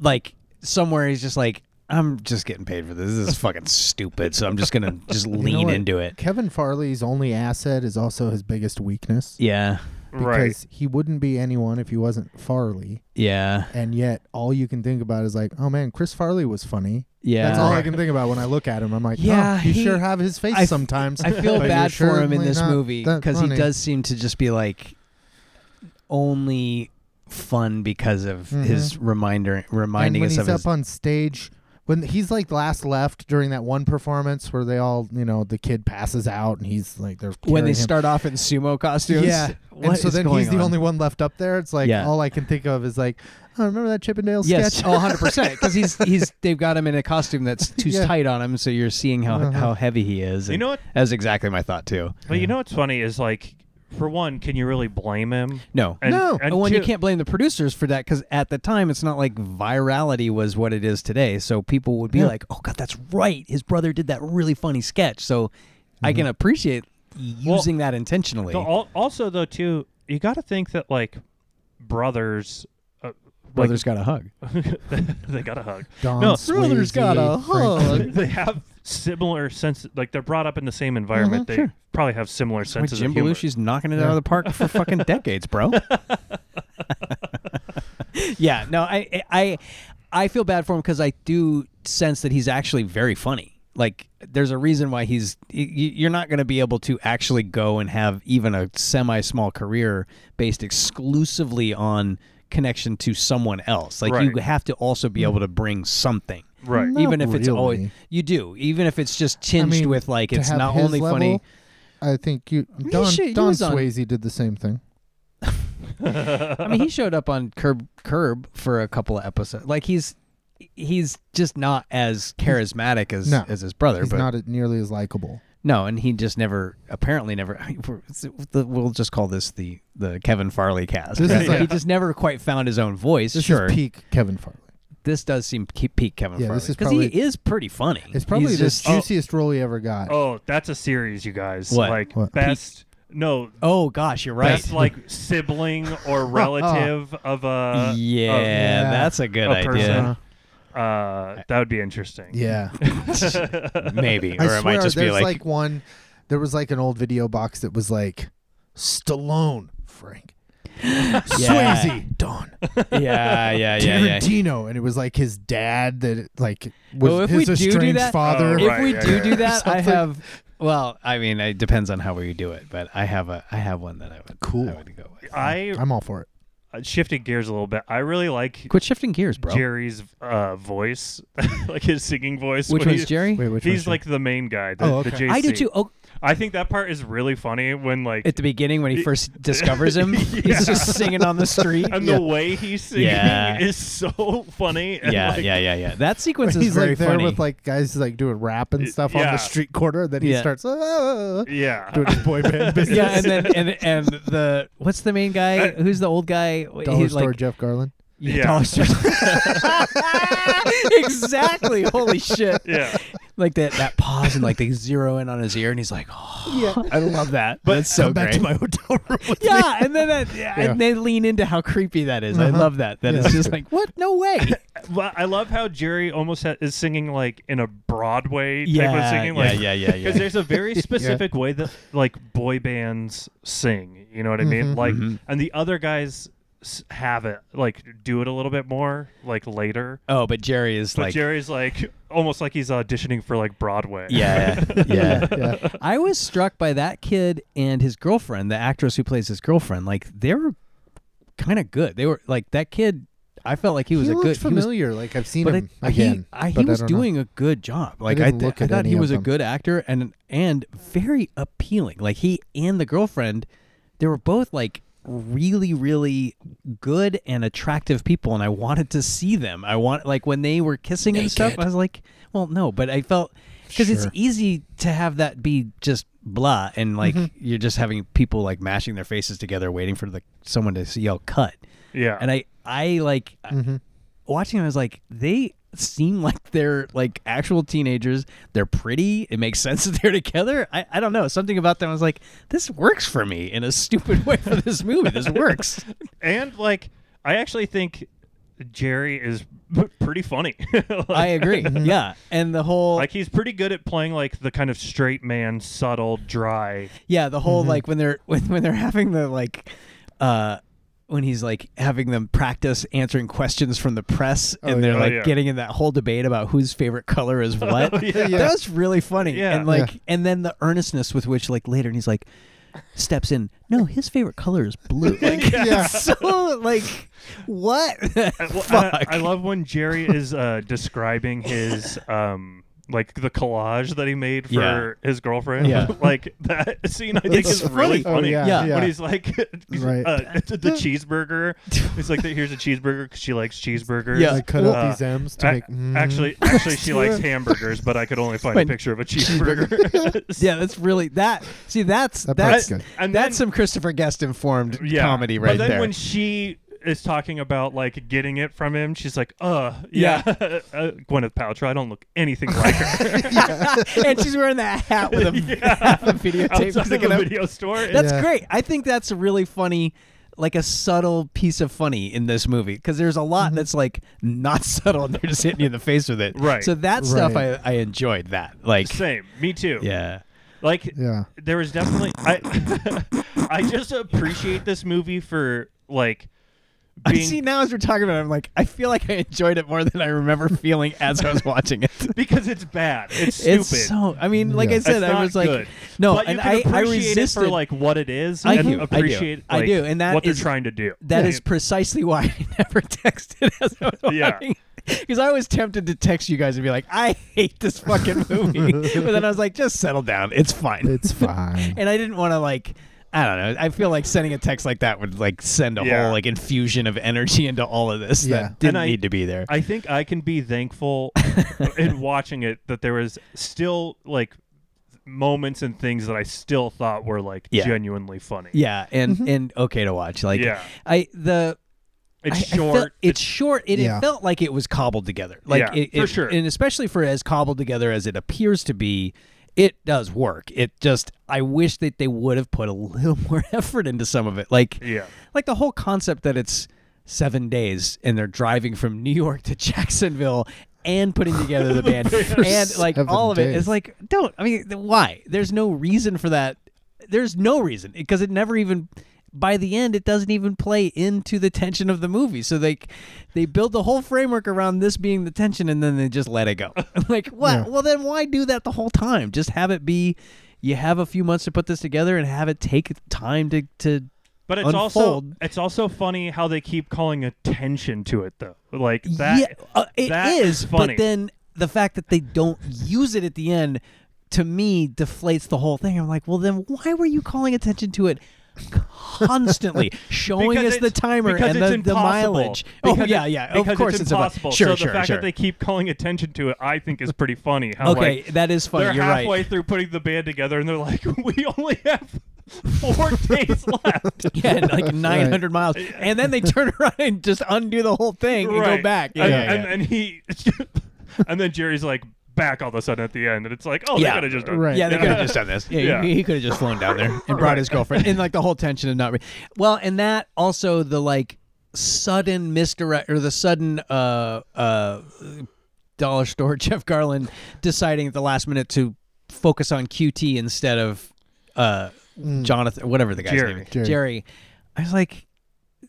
C: like somewhere he's just like, I'm just getting paid for this. This is fucking stupid. So I'm just
D: *laughs*
C: gonna just
D: You know
C: lean
D: what?
C: into it.
D: Kevin Farley's only asset is also his biggest weakness.
C: Yeah.
A: right.
D: Because he wouldn't be anyone if he wasn't Farley.
C: Yeah.
D: And yet all you can think about is like, oh man, Chris Farley was funny.
C: Yeah.
D: That's all I can think about when I look at him. I'm like,
C: Yeah,
D: oh, you
C: he-
D: sure have his face
C: I f-
D: sometimes. *laughs*
C: I feel
D: but you're
C: bad for him in
D: certainly
C: this
D: not
C: movie
D: that
C: because he
D: funny."
C: does seem to just be like only fun because of his reminder reminding
D: Mm-hmm. and when
C: us
D: he's
C: of his
D: up on stage when he's like last left during that one performance where they all you know the kid passes out and he's like they're
C: when they
D: carrying him.
C: start off in sumo costumes.
D: yeah and
C: *laughs* What
D: so
C: is
D: then
C: going
D: he's the
C: on?
D: only one left up there it's like
C: Yeah.
D: all i can think of is like oh remember that chippendale
C: Yes, *laughs*
D: sketch
C: oh, 100 percent. Because
D: *laughs*
C: he's he's they've got him in a costume that's too
D: Yeah.
C: tight on him, so you're seeing how
D: Uh-huh.
C: how heavy he is.
A: You
C: and
A: know what?
C: That's exactly my thought too.
A: But you know what's funny is like for one, can you really blame him?
C: No,
A: And,
D: No.
A: and
C: Oh, well, you
A: two-
C: can't blame the producers for that because at the time it's not like virality was what it is today. So people would be
D: Yeah.
C: like, "Oh God, that's right. His brother did that really funny sketch." So I
D: Mm-hmm.
C: can appreciate using that intentionally.
A: So al- also though too, you got to think that like brothers, uh,
C: Brothers got a hug.
A: like, *laughs* they got a hug.
D: Don
A: No,
D: Swayze,
C: Brother's got a
D: *laughs* Frank-
C: hug.
A: they have similar sense. Like they're brought up in the same environment.
C: Uh-huh,
A: they probably have similar
C: Boy,
A: senses
C: Jim
A: of humor.
C: Belushi's knocking it out of the park for *laughs* fucking decades, bro. yeah, no, I, I, I feel bad for him because I do sense that he's actually very funny. Like, there's a reason why he's. y- y- You're not going to be able to actually go and have even a semi-small career based exclusively on connection to someone else. Like,
A: Right.
C: you have to also be able to bring something.
A: Right.
D: Not
C: even if it's always
D: really.
C: you do, even if it's just tinged
D: mean,
C: with like
D: to
C: it's
D: have
C: not
D: his
C: only funny.
D: level, I think you Don
C: shit, he
D: Don
C: was on-
D: Swayze did the same thing.
C: I mean, he showed up on Curb Curb for a couple of episodes. Like he's he's just not as charismatic as
D: No.
C: as his brother.
D: He's
C: but
D: not nearly as likable.
C: no, and he just never apparently never. *laughs* We'll just call this the the Kevin Farley cast.
D: This
C: right?
D: is like-
C: he just never quite found his own voice.
D: This
C: sure,
D: is peak Kevin Farley.
C: this does seem ke- peak Kevin
D: Yeah,
C: Farley
D: this is
C: he
D: probably-
C: is pretty funny.
D: It's probably
C: He's
D: the
C: just oh.
D: juiciest role he ever got.
A: oh, that's a series, you guys.
C: What?
A: Like
D: What?
A: best. No,
C: oh gosh, you're right.
A: best like sibling
C: *laughs*
A: or relative of a.
C: yeah,
D: yeah.
C: that's a good
A: a
C: idea.
A: Person. Uh, that would be interesting.
D: Yeah.
C: Maybe, *laughs*
D: I
C: or
D: swear,
C: it might just
D: there's
C: be like,
D: one. There was like an old video box that was like Stallone, Frank,
C: *laughs* Yeah.
D: Swayze, Don,
C: yeah, yeah, yeah, yeah.
D: Tarantino, and it was like his dad that like was
C: Well, if
D: his
C: we do do
D: estranged
C: that-
D: father.
A: Oh,
C: if
A: right,
C: we
A: yeah,
C: do
A: yeah,
C: do
A: yeah.
C: that, I
D: *laughs* Something.
C: have. Well, I mean, it depends on how we do it, but I have a I have one that I would
D: Cool.
C: I would go with.
A: I
D: I'm all for it.
A: uh, shifted gears a little bit. I really like
C: Quit shifting gears, bro.
A: Jerry's uh, voice, *laughs* like his singing voice.
C: Which
A: when
C: one's
A: he- *laughs*
C: Jerry?
D: Wait, which
A: He's
D: one
A: like the main guy. The,
D: Oh,
A: the
D: okay.
A: JC.
C: I do too. Oh,
A: I think that part is really funny when like
C: at the beginning when he first
A: *laughs*
C: discovers him, he's just singing on the street.
A: and the way he's singing *laughs*
C: Yeah.
A: is so funny. and,
C: *laughs* Yeah,
A: like,
C: yeah, yeah, yeah. That sequence
D: should-
C: is
D: He's
C: very
D: like there
C: funny.
A: *laughs*
D: with like guys like doing rap and stuff on
A: yeah.
D: the street corner. Then he
C: Yeah.
D: starts "Ah,"
C: *laughs*
A: yeah.
D: doing his boy band business.
C: yeah, and then and and the what's the main guy? Who's the old guy?
D: *laughs* Dollar
C: He's
D: Store
C: like
A: *laughs*
D: Jeff Garland.
C: yeah,
A: Yeah.
C: Dollar Store. *laughs* exactly. Holy shit.
A: *laughs* Yeah.
C: Like that that pause and like they zero in on his ear and he's like, oh,
D: Yeah.
C: *laughs* I love that.
A: But-
C: That's so
D: Come
C: great.
D: back to my hotel room. with me.
C: yeah, and then that, yeah,
D: Yeah.
C: and they lean into how creepy that is. I
D: Uh-huh.
C: love that. That
D: Yeah,
C: it's
D: that's
C: just
D: good.
C: like, what? No
A: *laughs*
C: way.
A: Well, I love how Jerry almost ha- is singing like in a Broadway type of singing. Like,
C: yeah, *laughs* yeah,
A: Because there's a very specific way that like boy bands sing. You know what I mean?
D: Mhm.
A: Like,
C: Mhm.
A: and the other guys s- have it like do it a little bit more like later.
C: oh, but Jerry is
A: But
C: like,
A: Jerry's like almost like he's auditioning for like Broadway.
C: *laughs* yeah, yeah.
D: yeah.
C: I was struck by that kid and his girlfriend, the actress who plays his girlfriend. Like they were kind of good. They were like that kid. I felt like he was
D: he
C: a
D: looked
C: good. he was-
D: familiar. like I've seen
C: but
D: him
C: I,
D: again.
C: he, I, he
D: but I
C: was
D: don't know.
C: doing a good job. Like I,
D: didn't
C: th-
D: look
C: I
D: at
C: thought he
D: any
C: was
D: of
C: a
D: them.
C: good actor and and very appealing. Like he and the girlfriend, they were both like really really good and attractive people and I wanted to see them. I want like when they were kissing and stuff, I was like, well, no, but I felt cuz it's
D: Sure.
C: easy to have that be just blah and like
D: Mm-hmm.
C: you're just having people like mashing their faces together waiting for the someone to yell cut.
A: *laughs* yeah.
C: And I I like uh, watching them, I was like, they seem *laughs* like they're like actual teenagers. They're pretty. It makes *laughs* sense that they're together. I, I don't know. Something about them I was like, this works for me in a *laughs* stupid way for this movie. This works.
A: and like I actually think Jerry is *laughs* p- pretty funny. *laughs* like,
C: I agree. Yeah. And the whole
A: Like he's pretty good at playing like the kind of straight man, subtle, dry.
C: Yeah, the whole
A: Mm-hmm.
C: like when they're *laughs* when, when they're having the like uh when he's like having them practice answering questions from the press and they're
A: yeah.
C: like
A: Oh, yeah. Oh,
C: getting in that whole debate about whose favorite
A: *laughs*
C: color is what.
A: yeah.
C: That was really funny.
A: Yeah.
C: And like and then the earnestness with which like later and he's like steps in, no, his favorite color
A: *laughs*
C: is blue. Like *laughs*
D: Yeah.
C: so like what?
A: Uh, Well, and
C: *laughs* Fuck.
A: I, I love when Jerry is uh, describing his um like the collage that he made for his girlfriend.
C: Yeah.
A: *laughs* like that *laughs* scene I think
D: It's
A: is really
C: funny.
A: funny.
D: Oh, yeah,
C: Yeah.
D: yeah.
A: When he's like *laughs*
D: Right.
A: uh, the cheeseburger. He's like here's a cheeseburger because she likes cheeseburgers.
C: Yeah.
D: I cut
A: Uh,
D: up these M's to
A: A-
D: make
C: mm-hmm.
D: mm,
A: Actually, actually, she
C: *laughs*
A: likes hamburgers, but I could only find a
C: Fine.
A: picture of a cheeseburger.
C: *laughs* yeah, that's really that see that's
D: That
C: that's
A: good.
D: part's
A: And
C: that's
A: then-
C: some Christopher Guest
A: *laughs*
C: informed
A: yeah.
C: comedy right
A: But then
C: there.
A: when she is talking about like getting it from him, she's like, "Uh, yeah, *laughs* uh, Gwyneth Paltrow. I don't look anything like
C: *laughs*
A: her." *laughs*
C: and she's wearing that hat with a
A: Yeah.
C: the videotape
A: Outside of
C: sticking
A: a
C: out.
A: video store.
C: That's
D: Yeah.
C: great. I think that's a really funny, like a subtle piece of funny in this movie because there's a lot that's like not *laughs* subtle and they're just hitting you in the face with it.
A: Right.
C: So that stuff, I,
D: Right.
C: I enjoyed that. Like,
A: same. Me too.
C: yeah.
A: Like
D: Yeah.
A: there was *laughs* definitely I I just appreciate this movie for like being
C: I see now as we're talking about it, I'm like, I feel like I enjoyed it more than I remember feeling as I was watching it.
A: *laughs*
C: *laughs*
A: because it's bad. It's stupid.
C: It's so. I mean, like
D: Yeah.
C: I
A: It's
C: said, I
A: not
C: was like,
A: good.
C: no,
A: but
C: and
A: you can
C: I, I
A: appreciate
C: resisted.
A: it for like what it is.
C: I
A: and
C: do, I do,
A: appreciate.
C: I
A: like,
C: do, and that
A: what
C: is-
A: they're trying to do.
C: That
A: Yeah.
C: is precisely why *laughs* I never texted as I was
A: Yeah.
C: watching. Because I was tempted to text you guys and be like, I hate this fucking *laughs* movie. but then I was like, just settle down. It's fine. *laughs*
D: It's fine.
C: and I didn't want to like I don't know. I feel like sending a text like that would like send a
A: Yeah.
C: whole like infusion of energy into all of this
D: Yeah.
C: that didn't
A: And I-
C: need to be there.
A: I think I can be
C: *laughs*
A: thankful in watching it that there was still like moments and things that I still thought were like
C: Yeah.
A: genuinely funny.
C: yeah, and and okay to watch. Like
A: Mm-hmm. Yeah.
C: I the
A: It's
C: I- I felt-
A: short.
C: it's short. and
D: Yeah.
C: it felt like it was cobbled together. Like
A: Yeah,
C: it,
A: for
C: it-
A: sure.
C: and especially for as cobbled together as it appears to be, it does work. It just I wish that they would have put a little *laughs* more effort into some of it. Like
A: Yeah.
C: like the whole concept that it's seven days and they're driving from New York to Jacksonville and putting together
D: *laughs*
C: the band and like
D: seven
C: all of it
D: days.
C: is like don't I mean th- why? There's no reason for that. There's no reason because it never even by the end it doesn't even play into the tension of the movie. So they they build the whole framework around this being the tension and then they just let it go. *laughs* like what?
D: Yeah.
C: Well then why do that the whole time? Just have it be you have a few months to put this together and have it take time to to
A: But it's also
C: unfold.
A: it's also funny how they keep calling attention to it though. Like that
C: yeah, uh, it
A: that is
C: is,
A: funny.
C: But then the fact that they don't use it at the end to me deflates the whole thing. I'm like, well, then why were you calling attention to it? constantly
A: *laughs*
C: showing
A: Because
C: us the
A: it's-
C: timer
A: because
C: and the,
A: it's
C: the
A: impossible. *laughs*
C: mileage. oh
A: Because
C: yeah,
A: it-
C: yeah.
A: Because
C: Of course,
A: it's
C: it's,
A: impossible.
C: about sure,
A: so the
C: sure,
A: fact
C: sure.
A: that they keep calling attention to it, I think, is pretty funny. How
C: okay,
A: like,
C: that is funny.
A: they're
C: You're
A: halfway
C: *laughs* right.
A: through putting the band together, and they're like, *laughs* "We only have four *laughs*
C: *laughs*
A: days left."
C: Yeah,
A: *laughs*
C: and like 900 miles, and then they turn around and just undo the whole thing and go back. Yeah,
A: and,
C: yeah,
A: and, and he, *laughs* and then Jerry's like back all of a sudden at the end, and it's like, oh, they
C: Yeah.
A: could have just done
D: Right.
C: Yeah, they
A: you know?
C: could have just done this. Yeah,
A: Yeah.
C: he, could have just flown down there and brought his girlfriend. And like the whole tension of not. Re- well, and that also the like sudden misdirect or the sudden uh uh dollar store *laughs* Jeff Garland deciding at the last minute to focus on QT instead of uh Jonathan whatever the guy's
A: Jerry.
C: name is.
D: Jerry.
C: Jerry. I was like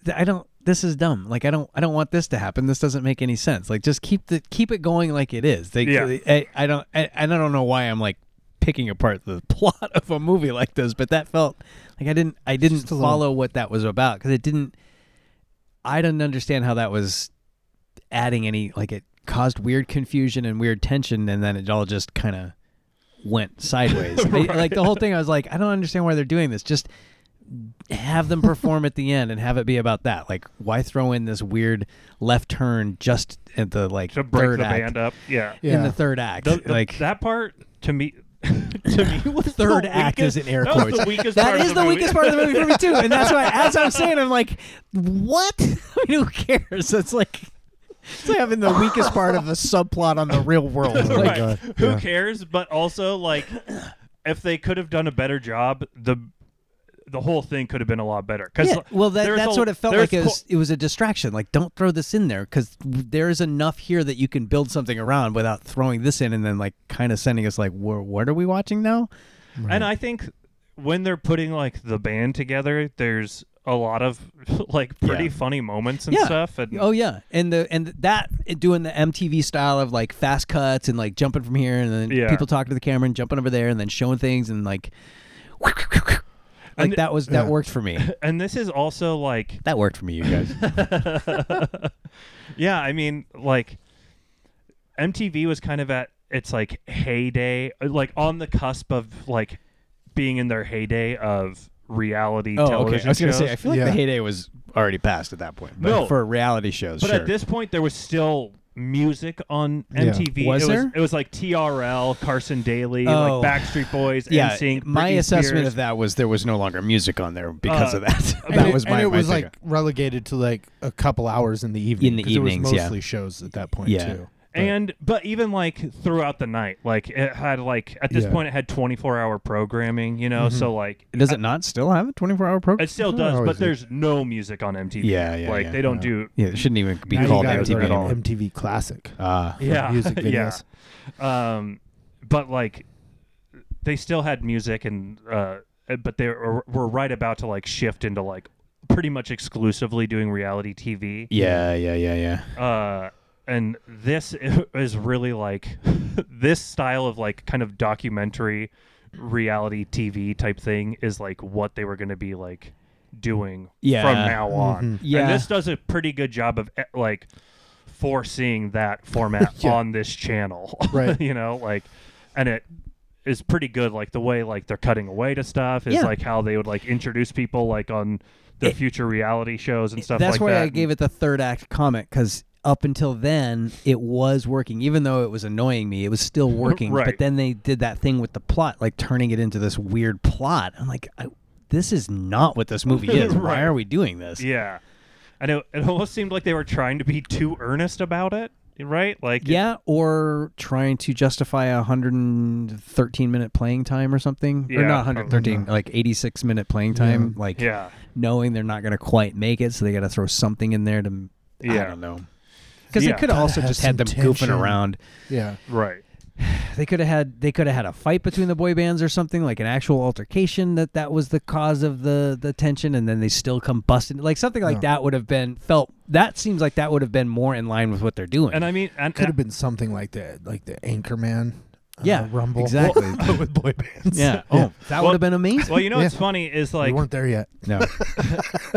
C: th- I don't this is dumb. Like I don't I don't want this to happen. This doesn't make any sense. Like just keep the keep it going like it is. They,
A: Yeah.
C: I, I don't I, I don't know why I'm like picking apart the *laughs* plot of a movie like this, but that felt like I didn't I didn't
D: a little-
C: follow what that was about cuz it didn't I didn't understand how that was adding any like it caused weird confusion and weird tension and then it all just kind of went sideways.
D: *laughs*
C: I- like the whole thing I was like I don't understand why they're doing this. Just have them perform at the end and have it be about that. Like, why throw in this weird left turn just at the like
A: to break
C: third
A: the
C: act,
A: band up. Yeah,
D: Yeah.
C: in the third act?
A: The- the- *laughs*
C: like
A: that part to me, to me was the
C: third act
A: weakest-
C: is in air
A: that was
C: quotes.
A: the weakest
C: That
A: part
C: is
A: of
C: the
A: movie.
C: weakest part of the movie for me too, and that's why as I'm saying, I'm like, what? *laughs* I mean, who cares? It's like. It's like having the weakest part of a subplot on the real
D: *laughs*
C: world.
D: Oh my
C: Like, uh,
D: God,
A: Who
D: yeah.
A: cares? But also, like, if they could have done a better job, the the whole thing could have been a lot better. Because
C: Yeah, well, that, that's what it felt like. It
A: Is
C: was, it was a distraction. Like, don't throw this in there because there's enough here that you can build something around without throwing this in and then, like, kind of sending us, like, "Wha- what are we watching now?
A: and I think when they're putting like the band together, there's a lot of *laughs* like pretty
C: Yeah.
A: funny moments and
C: Yeah.
A: stuff. And
C: Oh, yeah. And the and that doing the MTV style of, like, fast cuts and, like, jumping from here and then
A: Yeah.
C: people talking to the camera and jumping over there and then showing things and, like, like,
A: And-
C: that was, that worked for me.
A: and this is also like
C: That worked for me, *laughs* you guys.
A: *laughs* yeah, I mean, like MTV was kind of at its like heyday, uh, like on the cusp of like being in their heyday of reality
C: oh,
A: television
C: okay. I was going to
A: shows.
C: say, I feel like
D: Yeah.
C: the heyday was already past at that point. But
A: No.
C: For reality shows,
A: but
C: sure.
A: at this point, there was still music on
D: Yeah.
A: MTV.
C: Was
A: it
C: there?
A: was it was like TRL, Carson Daly,
C: Oh.
A: like Backstreet Boys,
C: yeah,
A: NSYNC.
C: my
A: Britney
C: assessment
A: Spears.
C: of that was there was no longer music on there because
A: Uh,
C: of that.
A: and
C: *laughs* that
D: it,
C: was my.
D: and it
C: my
D: was
C: take
D: like relegated to like a couple hours in the evening.
C: In the
D: 'cause
C: evenings,
D: it was
C: yeah.
D: mostly shows at that point
C: Yeah.
D: too.
A: and but even like throughout the night, like it had like at this
D: Yeah.
A: point it had twenty four hour programming, you
C: Mm-hmm.
A: know. So like
C: on. Does it not still have a twenty-four hour program?
A: It still
D: Not
A: does,
D: always
A: but
D: do.
A: there's no music on MTV.
C: Yeah, yeah,
A: Like
C: yeah,
A: they don't
C: yeah.
A: do.
C: Yeah, it shouldn't even be
D: Now you
C: called
D: gotta
A: MTV
D: go to
C: MTV
D: an
C: anymore.
D: MTV classic.
C: Ah,
A: *laughs* Yeah,
D: *laughs* music videos.
A: yeah. Um, but like, they still had music, and uh, but they were, were right about to like shift into like pretty much exclusively doing reality TV.
C: Yeah, yeah, yeah, yeah.
A: uh, and this *laughs* is really like *laughs* this style of like kind of documentary reality TV type thing is like what they were going to be like doing
C: Yeah.
A: from now on.
C: Yeah.
A: and this does a pretty good job of eh, like foreseeing that
C: *laughs*
A: format on this channel, *laughs*
D: Right.
A: you know, like, and it is pretty good. Like the way like they're cutting away to stuff is
C: Yeah.
A: like how they would like introduce people like on. The future reality shows and stuff
C: That's
A: like
C: why
A: that.
C: I gave it the third act comment because up until then it was working, even though it was annoying me, it
A: *laughs*
C: was still working.
A: Right.
C: But then they did that thing with the plot, like turning it into this weird plot. I'm like, I, this is not what
A: *laughs*
C: this movie is. Why
A: Right.
C: are we doing this?
A: Yeah. And it, it almost seemed like they were trying to be too earnest about it, right? Like,
C: Yeah, or trying to justify a 113 minute playing time or something, or
A: Yeah,
C: not 113, like 86 minute playing time, like
A: Yeah.
C: knowing they're not going to quite make it, so they got to throw something in there to. I
A: Yeah.
C: don't know. Because
A: Yeah.
C: they could have also
D: have
C: just had
D: some
C: them
D: tension.
C: goofing around.
D: Yeah.
A: Right.
C: They could have had they could have had a fight between the boy bands or something like an actual altercation that that was the cause of the the tension, and then they still come busting like something like
D: Yeah.
C: that would have been felt. That seems like that would have been more in line with what they're doing.
A: And I mean, and,
D: Could have been something like that, like the Anchorman. Uh,
C: Yeah,
D: Rumble.
C: exactly.
D: *laughs* with boy bands.
A: *laughs*
D: *laughs*
C: yeah. Oh, that
A: Well-
C: would have been amazing.
A: *laughs* well, you know what's
D: Yeah.
A: funny is
D: we
A: like
C: *laughs*
D: weren't there yet.
C: no.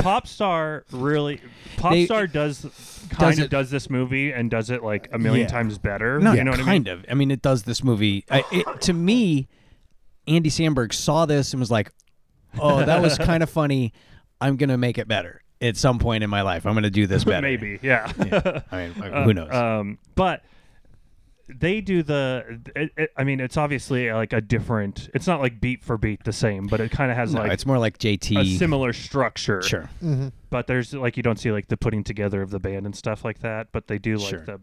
A: Popstar really
C: They-
A: Popstar does kind
C: Does
A: of
C: it-
A: does this movie and does it like a million
C: Yeah.
A: times better.
C: No,
A: you know what I mean?
C: kind of. I mean, it does this movie. I, it, to me, Andy Sandberg saw this and was like, "Oh, that
A: *laughs*
C: was kind of funny. I'm gonna make it better at some point in my life. I'm gonna
A: *laughs*
C: do this better.
A: Maybe, yeah.
C: I mean, who knows?
A: *laughs* Um, but they do the. It, it, I mean, it's obviously like a different. It's not like beat for beat the same, but it kind of has
C: no,
A: like
C: it's more like JT.
A: a similar structure.
C: sure.
A: but there's like you don't see like the putting together of the band and stuff like that but they do like
C: Sure.
A: the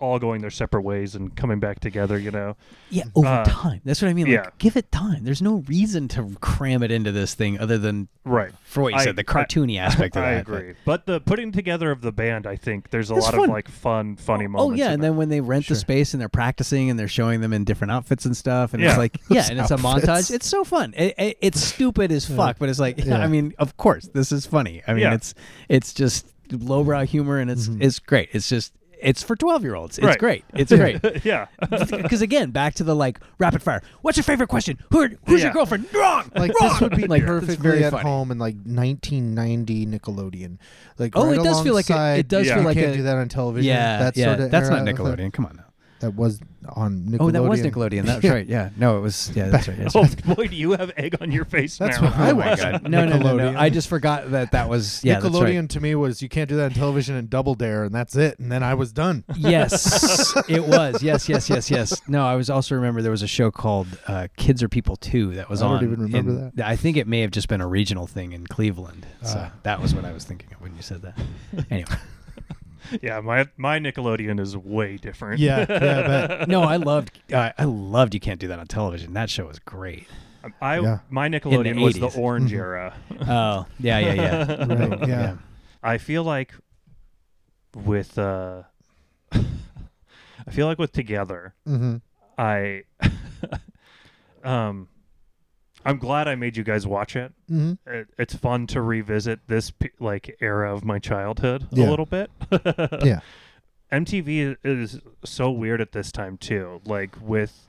A: all going their separate ways and coming back together you know
C: Yeah, over
A: Uh,
C: time. That's what I mean. Like,
A: yeah.
C: give it time. There's no reason to cram it into this thing other than
A: right
C: for what you
A: I-
C: said, the cartoony aspect of
A: i
C: that.
A: agree but the putting together of the band i think there's a
C: That's
A: lot
C: fun.
A: of like fun funny
C: Oh
A: moments
C: yeah,
A: in
C: and
A: it.
C: then when they rent
D: Sure.
C: the space and they're practicing and they're showing them in different outfits and stuff, and
A: Yeah. *laughs*
C: it's like yeah, and it's a
D: Outfits.
C: montage. It's so fun. It, it, it's stupid as fuck, but it's like yeah,
D: Yeah.
C: *laughs* I mean, of course this is funny. I mean,
A: Yeah.
C: it's it's just lowbrow humor and it's
D: Mm-hmm.
C: it's great. It's just it's for twelve year olds. It's
A: Right. *laughs*
C: great. It's great.
A: yeah
C: Because again, back to the like rapid fire. What's your favorite question? Who are, who's your
A: Yeah.
C: girlfriend? Wrong.
D: *laughs* Like
C: Wrong.
D: this would be
C: Like, that's
D: perfectly
C: very
D: at
C: funny.
D: home in like 1990 Nickelodeon. Like
C: Oh,
D: right
C: it does feel like a-
D: alongside-
C: it does
A: Yeah.
C: feel
A: you
D: You
C: like
D: can't
C: a
D: do that on television.
C: yeah
D: that
C: yeah.
D: sort of
C: that's
D: era
C: not
D: of it.
C: Nickelodeon. Come on now.
D: That was on Nickelodeon.
C: Oh, that was Nickelodeon. That's
D: Yeah.
C: right. Yeah.
D: *laughs*
C: No, it was. Yeah, that's right. That's
A: *laughs* oh
C: right.
A: boy do you have egg on your face
D: That's
A: now *laughs*
D: what I
C: Oh my
D: watched.
C: god! No, no, no, no!
D: Nickelodeon.
C: I just forgot that that was yeah. that's
D: Nickelodeon
C: right.
D: to me was you can't do that on television and Double Dare, and that's it. And then I was done.
C: Yes, it was. Yes, yes, yes, yes. No, I was also remember there was a show called uh, Kids Are People Too that was
D: I don't
C: on.
D: even remember
C: in- I think it may have just been a regional thing in Cleveland. So that was what I was thinking of when you said that. Anyway,
A: yeah my my nickelodeon is way different
D: Yeah, yeah,
C: *laughs* *laughs*
D: but
C: no, I loved. Uh, I loved. You can't do that on television. That show was great.
A: *laughs* i
D: Yeah.
A: my nickelodeon was the
C: 80s.
A: orange era
C: *laughs* Oh yeah, yeah, yeah.
D: Right, yeah.
A: I feel like with uh *laughs* I feel like with together
D: Mm-hmm.
A: I *laughs* um I'm glad I made you guys watch it.
D: Mm-hmm.
A: it it's fun to revisit this pe- like era of my childhood a
D: Yeah.
A: little bit.
C: Uh,
D: Yeah.
A: MTV is so weird at this time too. Like with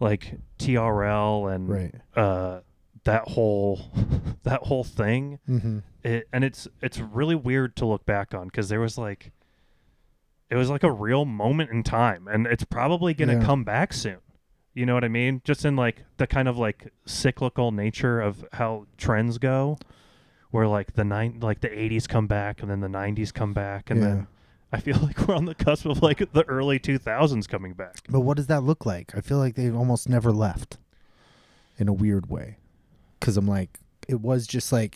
A: like TRL and
D: Right.
A: uh that whole *laughs* that whole thing
D: Mm-hmm.
A: it, and it's it's really weird to look back on because there was like it was like a real moment in time and it's probably gonna
D: Yeah.
A: come back soon you know what i mean just in like the kind of like cyclical nature of how trends go where like the nine like the 80s come back and then the 90s come back and
D: Yeah.
A: then i feel *laughs* like we're on the cusp of like the early 2000s coming back
D: But what does that look like? I feel like they almost never left in a weird way. Cause I'm like, it was just like,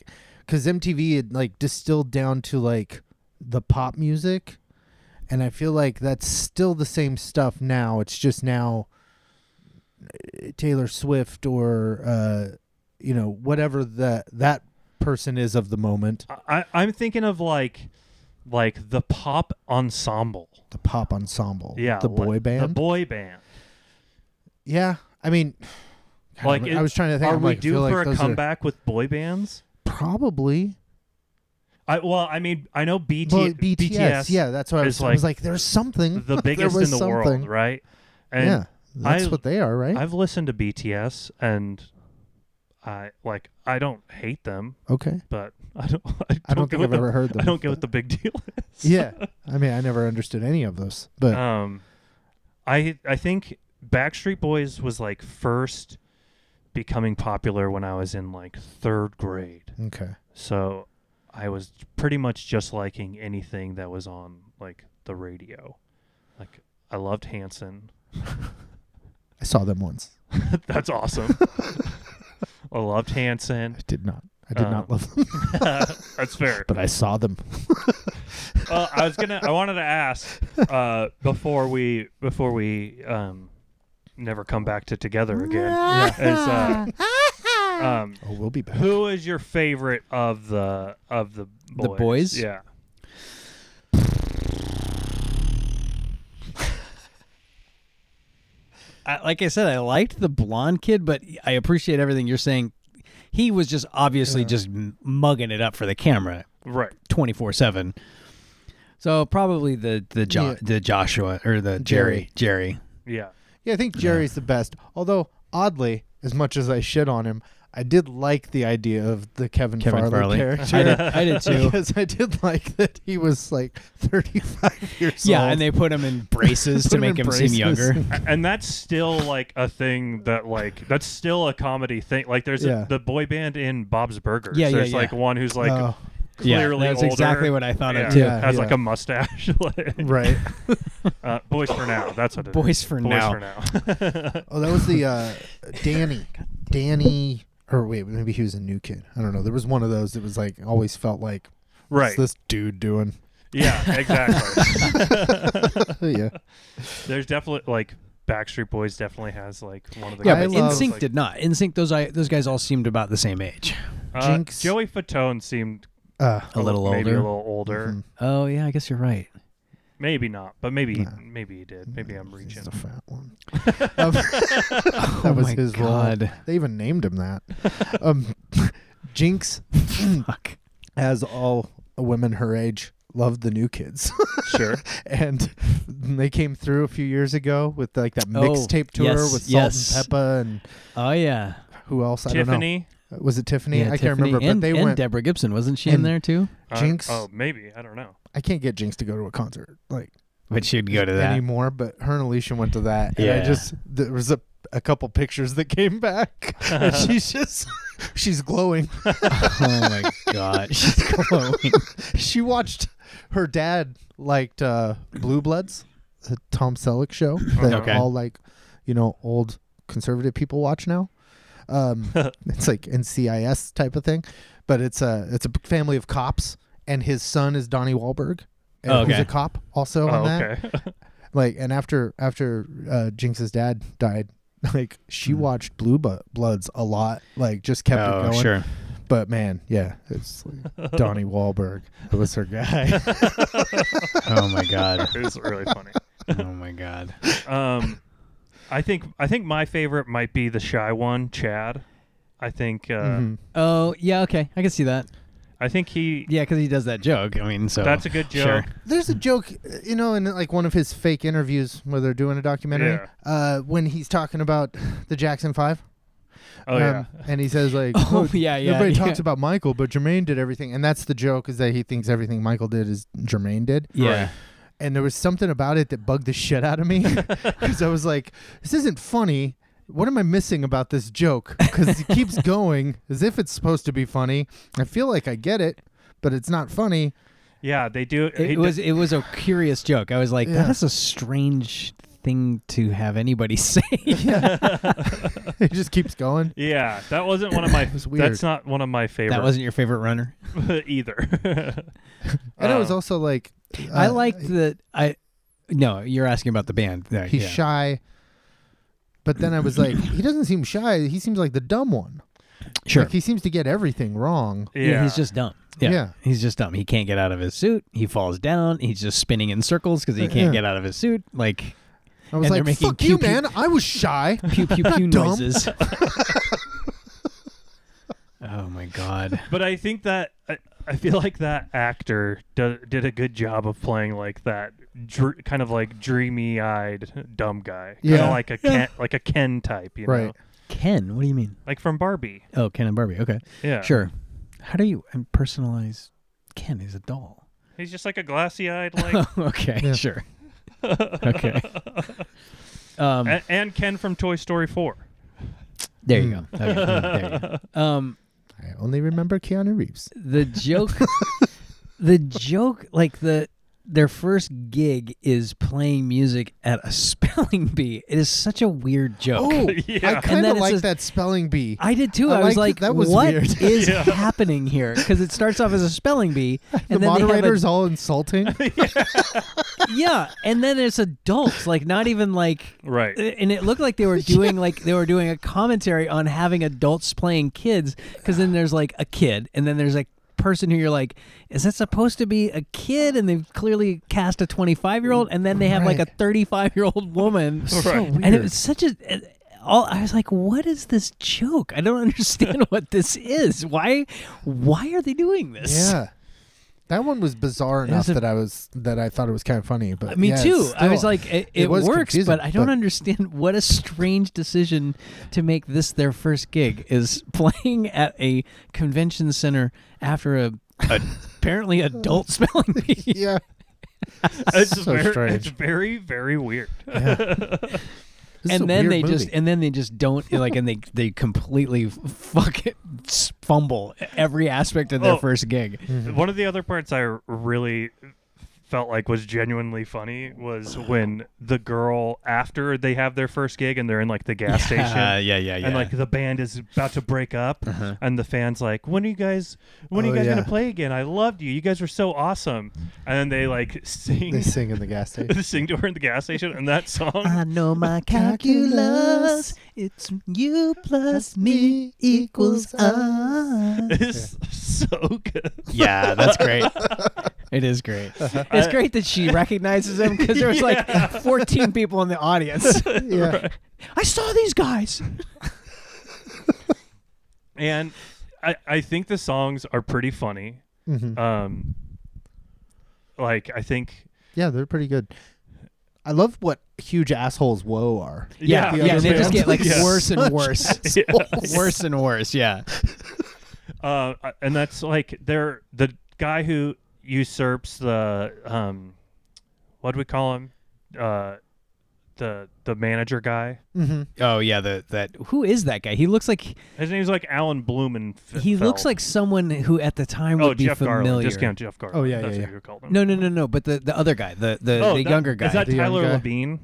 D: cause MTV had like distilled down to like the pop music. And I feel like that's still the same stuff now. It's just now uh, Taylor Swift or, uh, you know, whatever that that person is of the moment,
A: I, i'm thinking of like like the pop ensemble
D: the pop ensemble,
A: yeah
D: the
A: like
D: boy band,
A: the boy band
D: yeah. I mean, *sighs*
A: Like,
D: I
A: it-
D: was trying to think.
A: are
D: I'm
A: we
D: like, I
A: due
D: feel
A: for
D: like
A: a
D: those are-
A: comeback with boy bands?
D: Probably.
A: I well, I mean, I know BT,
D: Well, BTS, yeah, that's what I was,
A: is
D: I was like. There's something.
A: the
D: *laughs* there
A: biggest in
D: was
A: the
D: something.
A: world, right? And
D: Yeah, that's
A: I-
D: what they are, right?
A: I've listened to BTS and I like I don't hate them, *laughs*
D: okay.
A: but I don't I don't,
D: I don't
A: get what
D: think I've
A: the-
D: ever heard them.
A: I don't get what the big deal is.
D: yeah, I mean, I never understood any of those, but
A: Um I I think Backstreet Boys was like first becoming popular when I was in like 3rd grade.
D: okay.
A: So I was pretty much just liking anything that was on like the radio. Like I loved Hanson. *laughs*
D: I saw them once.
A: That's
D: *laughs*
A: awesome. I loved Hanson.
D: I did not. I did
A: Um,
D: not love them, *laughs*
A: That's fair.
D: but I saw them.
A: Uh, I was gonna. I wanted to ask uh, before we before we um, never come back to together again. is, uh, um,
D: Oh, we'll be back.
A: who is your favorite of the of the boys?
C: boys?
A: Yeah.
C: I, like I said, I liked the blonde kid, but I appreciate everything you're saying. He was just obviously just m- mugging it up for the camera
A: Right.
C: twenty four seven. So probably the the jo-
D: Yeah.
C: the Joshua or the Jerry Jerry.
A: Yeah.
D: Yeah, I think Jerry's the best. Although, oddly, as much as I shit on him, I did like the idea of the Kevin,
C: Kevin Farley.
D: Farley, character.
C: I
D: *laughs*
C: did, I did too.
D: Because I did like that he was like 35 years
C: yeah,
D: old.
C: and they put him in braces
D: Put
C: to make
D: in
C: him
D: braces.
C: seem younger.
A: A- And that's still like a thing that like that's still a comedy thing. Like there's
D: Yeah.
A: a, the boy band in Bob's Burgers.
C: Yeah, yeah,
A: There's
C: yeah.
A: like one who's like
D: Oh,
A: clearly
C: yeah, that's
A: older.
C: exactly what I thought
A: yeah,
C: of too.
D: Yeah.
A: has like a mustache. *laughs* like,
D: right.
A: uh, boys for now. That's what it is.
C: Boys for
A: Boys
C: now.
A: for now. *laughs*
D: Oh, that was the uh, Danny. Danny. Or wait, maybe he was a new kid. I don't know. There was one of those that was like always felt like
A: right.
D: what's this dude doing?
C: *laughs*
A: Yeah, exactly.
D: yeah.
A: There's definitely like Backstreet Boys definitely has like one of the
C: Yeah,
D: I
C: but
D: love-
C: Insync
A: like,
C: did not. Insync those I, those guys all seemed about the same age.
A: uh,
D: Jinx.
A: Joey Fatone seemed
D: Uh,
C: A little older.
A: maybe a little older,
D: Mhm.
C: Oh yeah, I guess you're right.
A: maybe not, but maybe
D: Nah.
A: maybe he did. Maybe I'm reaching.
D: He's the fat one. Um, that was
C: my
D: his role.
C: God.
D: They even named him that. Um, Jinx, *laughs*
C: Fuck.
D: as all women her age, loved the new kids, *laughs*
A: Sure.
D: and they came through a few years ago with like that
C: Oh,
D: mixtape tour
C: yes,
D: with Salt
C: yes.
D: and Peppa and
C: Oh yeah.
D: who else?
A: Tiffany.
D: I don't know. Uh, Was it Tiffany?
C: Yeah,
D: I
C: Tiffany
D: can't remember.
C: And,
D: but they
C: and
D: went.
C: Deborah Gibson wasn't she in
D: and-
C: there too?
A: Uh,
D: Jinx.
A: oh, maybe I don't know.
D: I can't get Jinx to go to a concert like
C: But she'd go to that.
D: anymore. But her and Alicia went to that, and I
C: Yeah.
D: just there was a a couple pictures that came back, *laughs* and she's just she's glowing.
C: oh *laughs* my god, she's *laughs* glowing.
D: *laughs* she watched her dad liked uh blue bloods the tom selleck show
C: Oh,
D: that
A: Okay.
D: all like you know old conservative people watch now
C: *laughs*
D: um it's like ncis type of thing but it's a it's a family of cops and his son is donnie Wahlberg, and
C: Oh,
D: who's
C: okay.
D: a cop also
A: Oh,
D: on that
C: *laughs*
A: okay.
D: like and after after uh jinx's dad died *laughs* like she watched blue Bu- bloods a lot like just kept it
C: Hmm. oh
D: going
C: sure.
D: but man yeah it's
C: *laughs*
D: like donnie Wahlberg was her guy
C: Oh *laughs* my god.
A: it was really funny.
C: Oh my god.
A: Um, I think I think my favorite might be the shy one, Chad. I think uh,
D: Mhm.
C: Oh yeah, okay, I can see that.
A: I think he.
C: Yeah, because he does that
F: *laughs*
C: joke. Oh, I mean, so
A: That's a good joke.
C: Sure.
D: There's a joke, uh, you know, in like one of his fake interviews where they're doing a documentary, uh, when he's talking about the Jackson Five. um,
A: Oh
C: Um,
A: yeah.
D: And he says like,
C: *laughs* Oh, yeah, yeah,
D: Everybody
C: yeah."
D: talks about Michael, but Jermaine did everything, and that's the joke is that he thinks everything Michael did is Jermaine did.
C: Yeah.
A: Right.
D: And there was something about it that bugged the shit out
A: *laughs*
D: of me because I was like, this isn't funny. What am I missing about this joke? Because it
A: *laughs*
D: keeps going as if it's supposed to be funny. I feel like I get it, but it's not funny. *laughs*
A: Yeah, they do.
C: It,
A: he
C: was
A: d-
C: it was a curious joke. I was like,
D: Yeah.
C: that is a strange thing to have anybody *laughs* say.
D: it just keeps going.
A: yeah, that wasn't one of
D: *coughs*
A: my.
D: was
A: That's
D: weird.
A: not one of my favorite
C: that wasn't your favorite runner.
A: *laughs*
D: *laughs*
A: either.
D: And it was
A: Um,
D: also like
C: I
D: uh,
C: liked that. I no, you're asking about the band. Yeah,
D: he's
C: yeah.
D: shy. But then I was like, he doesn't seem shy. He seems like the dumb one.
C: Sure.
D: Like he seems to get everything wrong.
A: yeah.
C: Yeah. he's just dumb. Yeah.
D: Yeah.
C: he's just dumb. He can't get out of his suit. He falls down. He's just spinning in circles because he
D: Yeah.
C: can't get out of his suit. Like
D: I was
C: And they're
D: like,
C: making
D: fuck
C: pew
D: you,
C: pew-
D: man. I was shy.
C: pew pew pew
D: dumb.
C: noises. *laughs* oh my god. Oh
A: But I think that I, I feel like that actor do, did a good job of playing like that dr- kind of like dreamy-eyed dumb guy, kind
D: Yeah.
A: of like a Ken, like a Ken type, you know,
D: Right.
C: Ken, what do you mean?
A: like from Barbie.
C: Oh, Ken and Barbie. Okay,
A: Yeah,
C: sure. How do you personalize Ken? He's a doll.
A: He's just like a glassy-eyed
D: *laughs*
A: like.
C: *laughs* okay,
A: *laughs*
D: Yeah.
C: sure. okay. Um,
A: A- and Ken from Toy Story 4.
C: *laughs* there you go. Okay, there you go. Um,
D: I only remember
C: *laughs*
D: Keanu Reeves.
C: the joke the joke like the their first gig is playing music at a *laughs* spelling bee it is such a weird joke
D: Oh,
A: Yeah.
D: I
A: And
D: kind
C: then
D: of
C: it's
D: like
C: just-
D: that spelling bee.
C: I did too.
D: I
C: I, was like,
D: liked- that was
C: "What
D: weird." *laughs*
C: is
A: Yeah.
C: happening here?" Because it starts off as a spelling bee,
D: the
C: and then
D: moderator's
C: *laughs*
D: all insulting.
C: they have a, *laughs* yeah, and then it's adults, like not even like
A: *laughs* Right.
C: and it looked like they
D: *laughs*
C: were doing like they were doing a commentary on having adults playing kids because then there's like a kid and then there's a person who you're like is that supposed to be a kid and they've clearly cast a 25 year old and then they have like a
D: Right.
C: 35 year old woman
A: So Right.
C: and it was such a eh, all i was like what is this joke i don't *laughs* understand what this is why why are they doing this
D: yeah. That one was bizarre
C: It was
D: enough
C: a-
D: that I was that I thought it was kind of funny, but
C: Me
D: yeah,
C: too. I
D: still-
C: was like, it, it,
D: was
C: works,
D: confusing,
C: but I don't understand *laughs* what a strange decision to make this their first gig is *laughs* playing at a convention center after a, a apparently adult spelling
D: *laughs*
C: bee. *laughs*
D: *laughs* Yeah,
A: It's
D: so
A: very,
D: strange.
A: It's very, very weird.
D: This is a
C: and then
D: weird
C: they just
D: movie.
C: and then they just don't like and they they completely *laughs* f- fuck it, s- fumble every aspect of their
A: Oh.
C: first gig.
D: Mm-hmm.
A: One of the other parts I really felt like was genuinely funny was
D: Uh-huh.
A: when the girl after they have their first gig and they're in like the gas station
C: Uh, Yeah, yeah, yeah,
A: and like *laughs* the band is about to break up and the fans like when are you guys when are you
D: Uh-huh. Oh,
A: guys
D: yeah.
A: gonna play again i loved you you guys were so awesome and then they like *laughs* sing
D: they sing Uh-huh. in the
A: *laughs*
D: gas station.
A: sing to her in the gas station and that song
C: I know my calculus. It's you plus me equals us.
A: is so good
C: Yeah, that's great. it is great. *laughs* It's great that she recognizes him because there was *laughs* like 14 people in the audience.
D: Yeah,
C: *laughs* I saw these guys.
A: and I, I think the songs are pretty funny.
D: Mm-hmm.
A: Um, like I think,
D: yeah, they're pretty good. I love what huge assholes whoa are.
A: yeah,
D: yeah,
C: and they just get
A: *laughs*
C: like
A: Yeah.
C: worse and *laughs*
D: Such
C: worse. *laughs* Worse and worse, yeah.
A: *laughs* Uh, and that's like they're the guy who usurps the um, what do we call him? Uh, the the manager guy.
C: Oh yeah, the that who is that guy? He looks like
A: His name's like Alan Blumenfeld.
C: he looks like someone who at the time
A: oh
C: would be
A: Jeff
C: familiar.
A: Garland. Just count Jeff Garland.
D: Oh, yeah,
A: that's
D: yeah,
A: what
D: yeah.
A: you called him.
C: No, no, no, no. But the, the other guy, the the,
A: oh,
C: the
A: that-
C: younger guy,
A: Is that
D: The young
A: Tyler
D: guy.
A: Labine?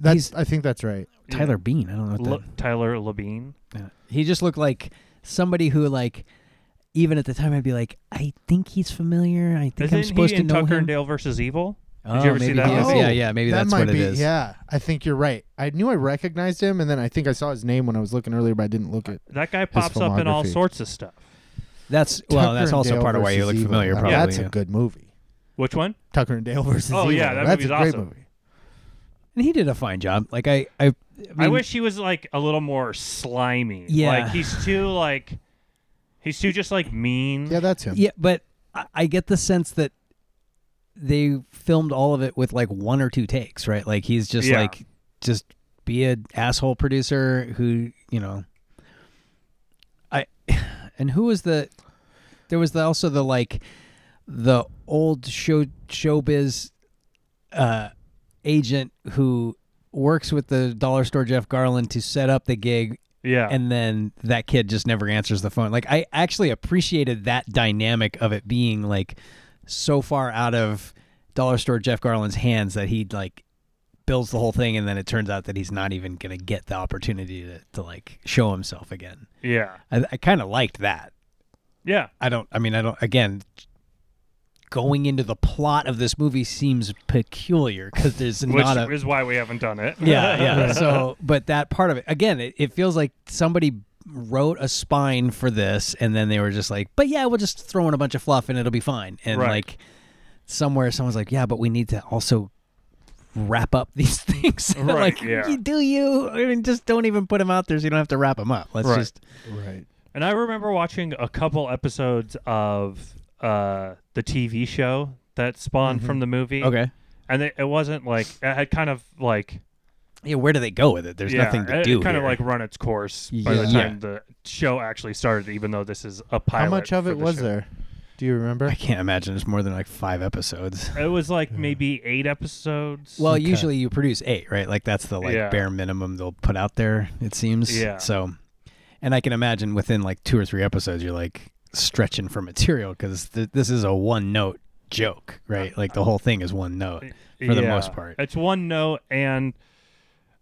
D: That's I think that's right.
C: Tyler Bean. I don't know. What
A: L-
C: that,
A: Tyler Labine.
C: Yeah. He just looked like somebody who, like, even at the time, I'd be like, I think he's familiar. I think
A: Isn't
C: I'm supposed
A: he
C: to
A: in
C: know
A: Tucker
C: him.
A: and Dale versus Evil?
C: oh,
A: you ever see
C: maybe
A: that
C: he is.
A: movie?
C: Yeah, yeah, maybe
D: that
C: that's
D: might
C: what
D: be,
C: it is.
D: Yeah, I think you're right. I knew I recognized him, and then I think I saw his name when I was looking earlier, but I didn't look at.
A: That guy pops up in all
D: filmography.
A: sorts of stuff. *laughs*
C: That's well,
D: Tucker
C: that's
D: and
C: also
D: Dale
C: part of why you
D: versus
C: look
D: Evil.
C: familiar.
D: Oh,
C: Probably
D: that's
C: yeah.
D: a good movie.
A: Which one?
D: Tucker and Dale versus.
A: Oh, yeah, that
D: Evil. that's
A: movie's
D: a great
A: awesome.
D: movie.
C: and he did a fine job. Like I, I,
A: I,
C: mean,
A: wish he was like a little more slimy.
C: Yeah.
A: like he's too like he's too just like mean.
D: Yeah, that's him.
C: Yeah, but I, I get the sense that they filmed all of it with like one or two takes, right? Like he's just
A: Yeah.
C: like, just be an asshole producer who, you know, I, *sighs* and who was the, there was the, also the like, the old show showbiz, uh, agent who works with the dollar store Jeff Garland to set up the gig
A: yeah,
C: and then that kid just never answers the phone. Like I actually appreciated that dynamic of it being like so far out of dollar store Jeff Garland's hands that he like builds the whole thing and then it turns out that he's not even gonna get the opportunity to, to like show himself again.
A: yeah,
C: I, I kinda liked that.
A: yeah.
C: I don't I mean I don't again going into the plot of this movie seems peculiar because there's
A: Which
C: not a
A: is why we haven't done it.
C: *laughs* yeah,
A: *laughs*
C: yeah. So, but that part of it again, it, it feels like somebody wrote a spine for this, and then they were just like, "But yeah, we'll just throw in a bunch of fluff, and it'll be fine." And
A: Right.
C: like somewhere, someone's like, "Yeah, but we need to also wrap
F: *laughs*
C: up these things." And I'm
A: Right,
C: like,
A: yeah.
C: you do you? I mean, just don't even put them out there, so you don't have to wrap them up. Let's
A: Right.
C: just
D: Right.
A: and I remember watching a couple episodes of uh, the TV show that spawned from the movie.
F: Mm-hmm. Okay.
A: and it, it wasn't like it had kind of like
F: Yeah, where do they go with it? There's
A: yeah,
F: nothing to
A: it,
F: do.
A: It kind
F: here.
A: of
C: *laughs*
A: like run its course by the
F: Yeah.
A: time the show actually started. Even though this is a pilot,
D: How much of
A: for
D: it
A: the
D: was
A: show.
D: there? Do you remember?
F: I can't imagine it's more than like five episodes.
A: It was like maybe eight episodes.
F: Well, usually you produce eight, right? Like that's the like
A: Yeah.
F: bare minimum they'll put out there. It seems.
A: Yeah.
F: So, and I can imagine within like two or three episodes, you're like stretching for material because th- this is a one note joke, right? Like the whole thing is one note. for the most part.
A: It's one note, and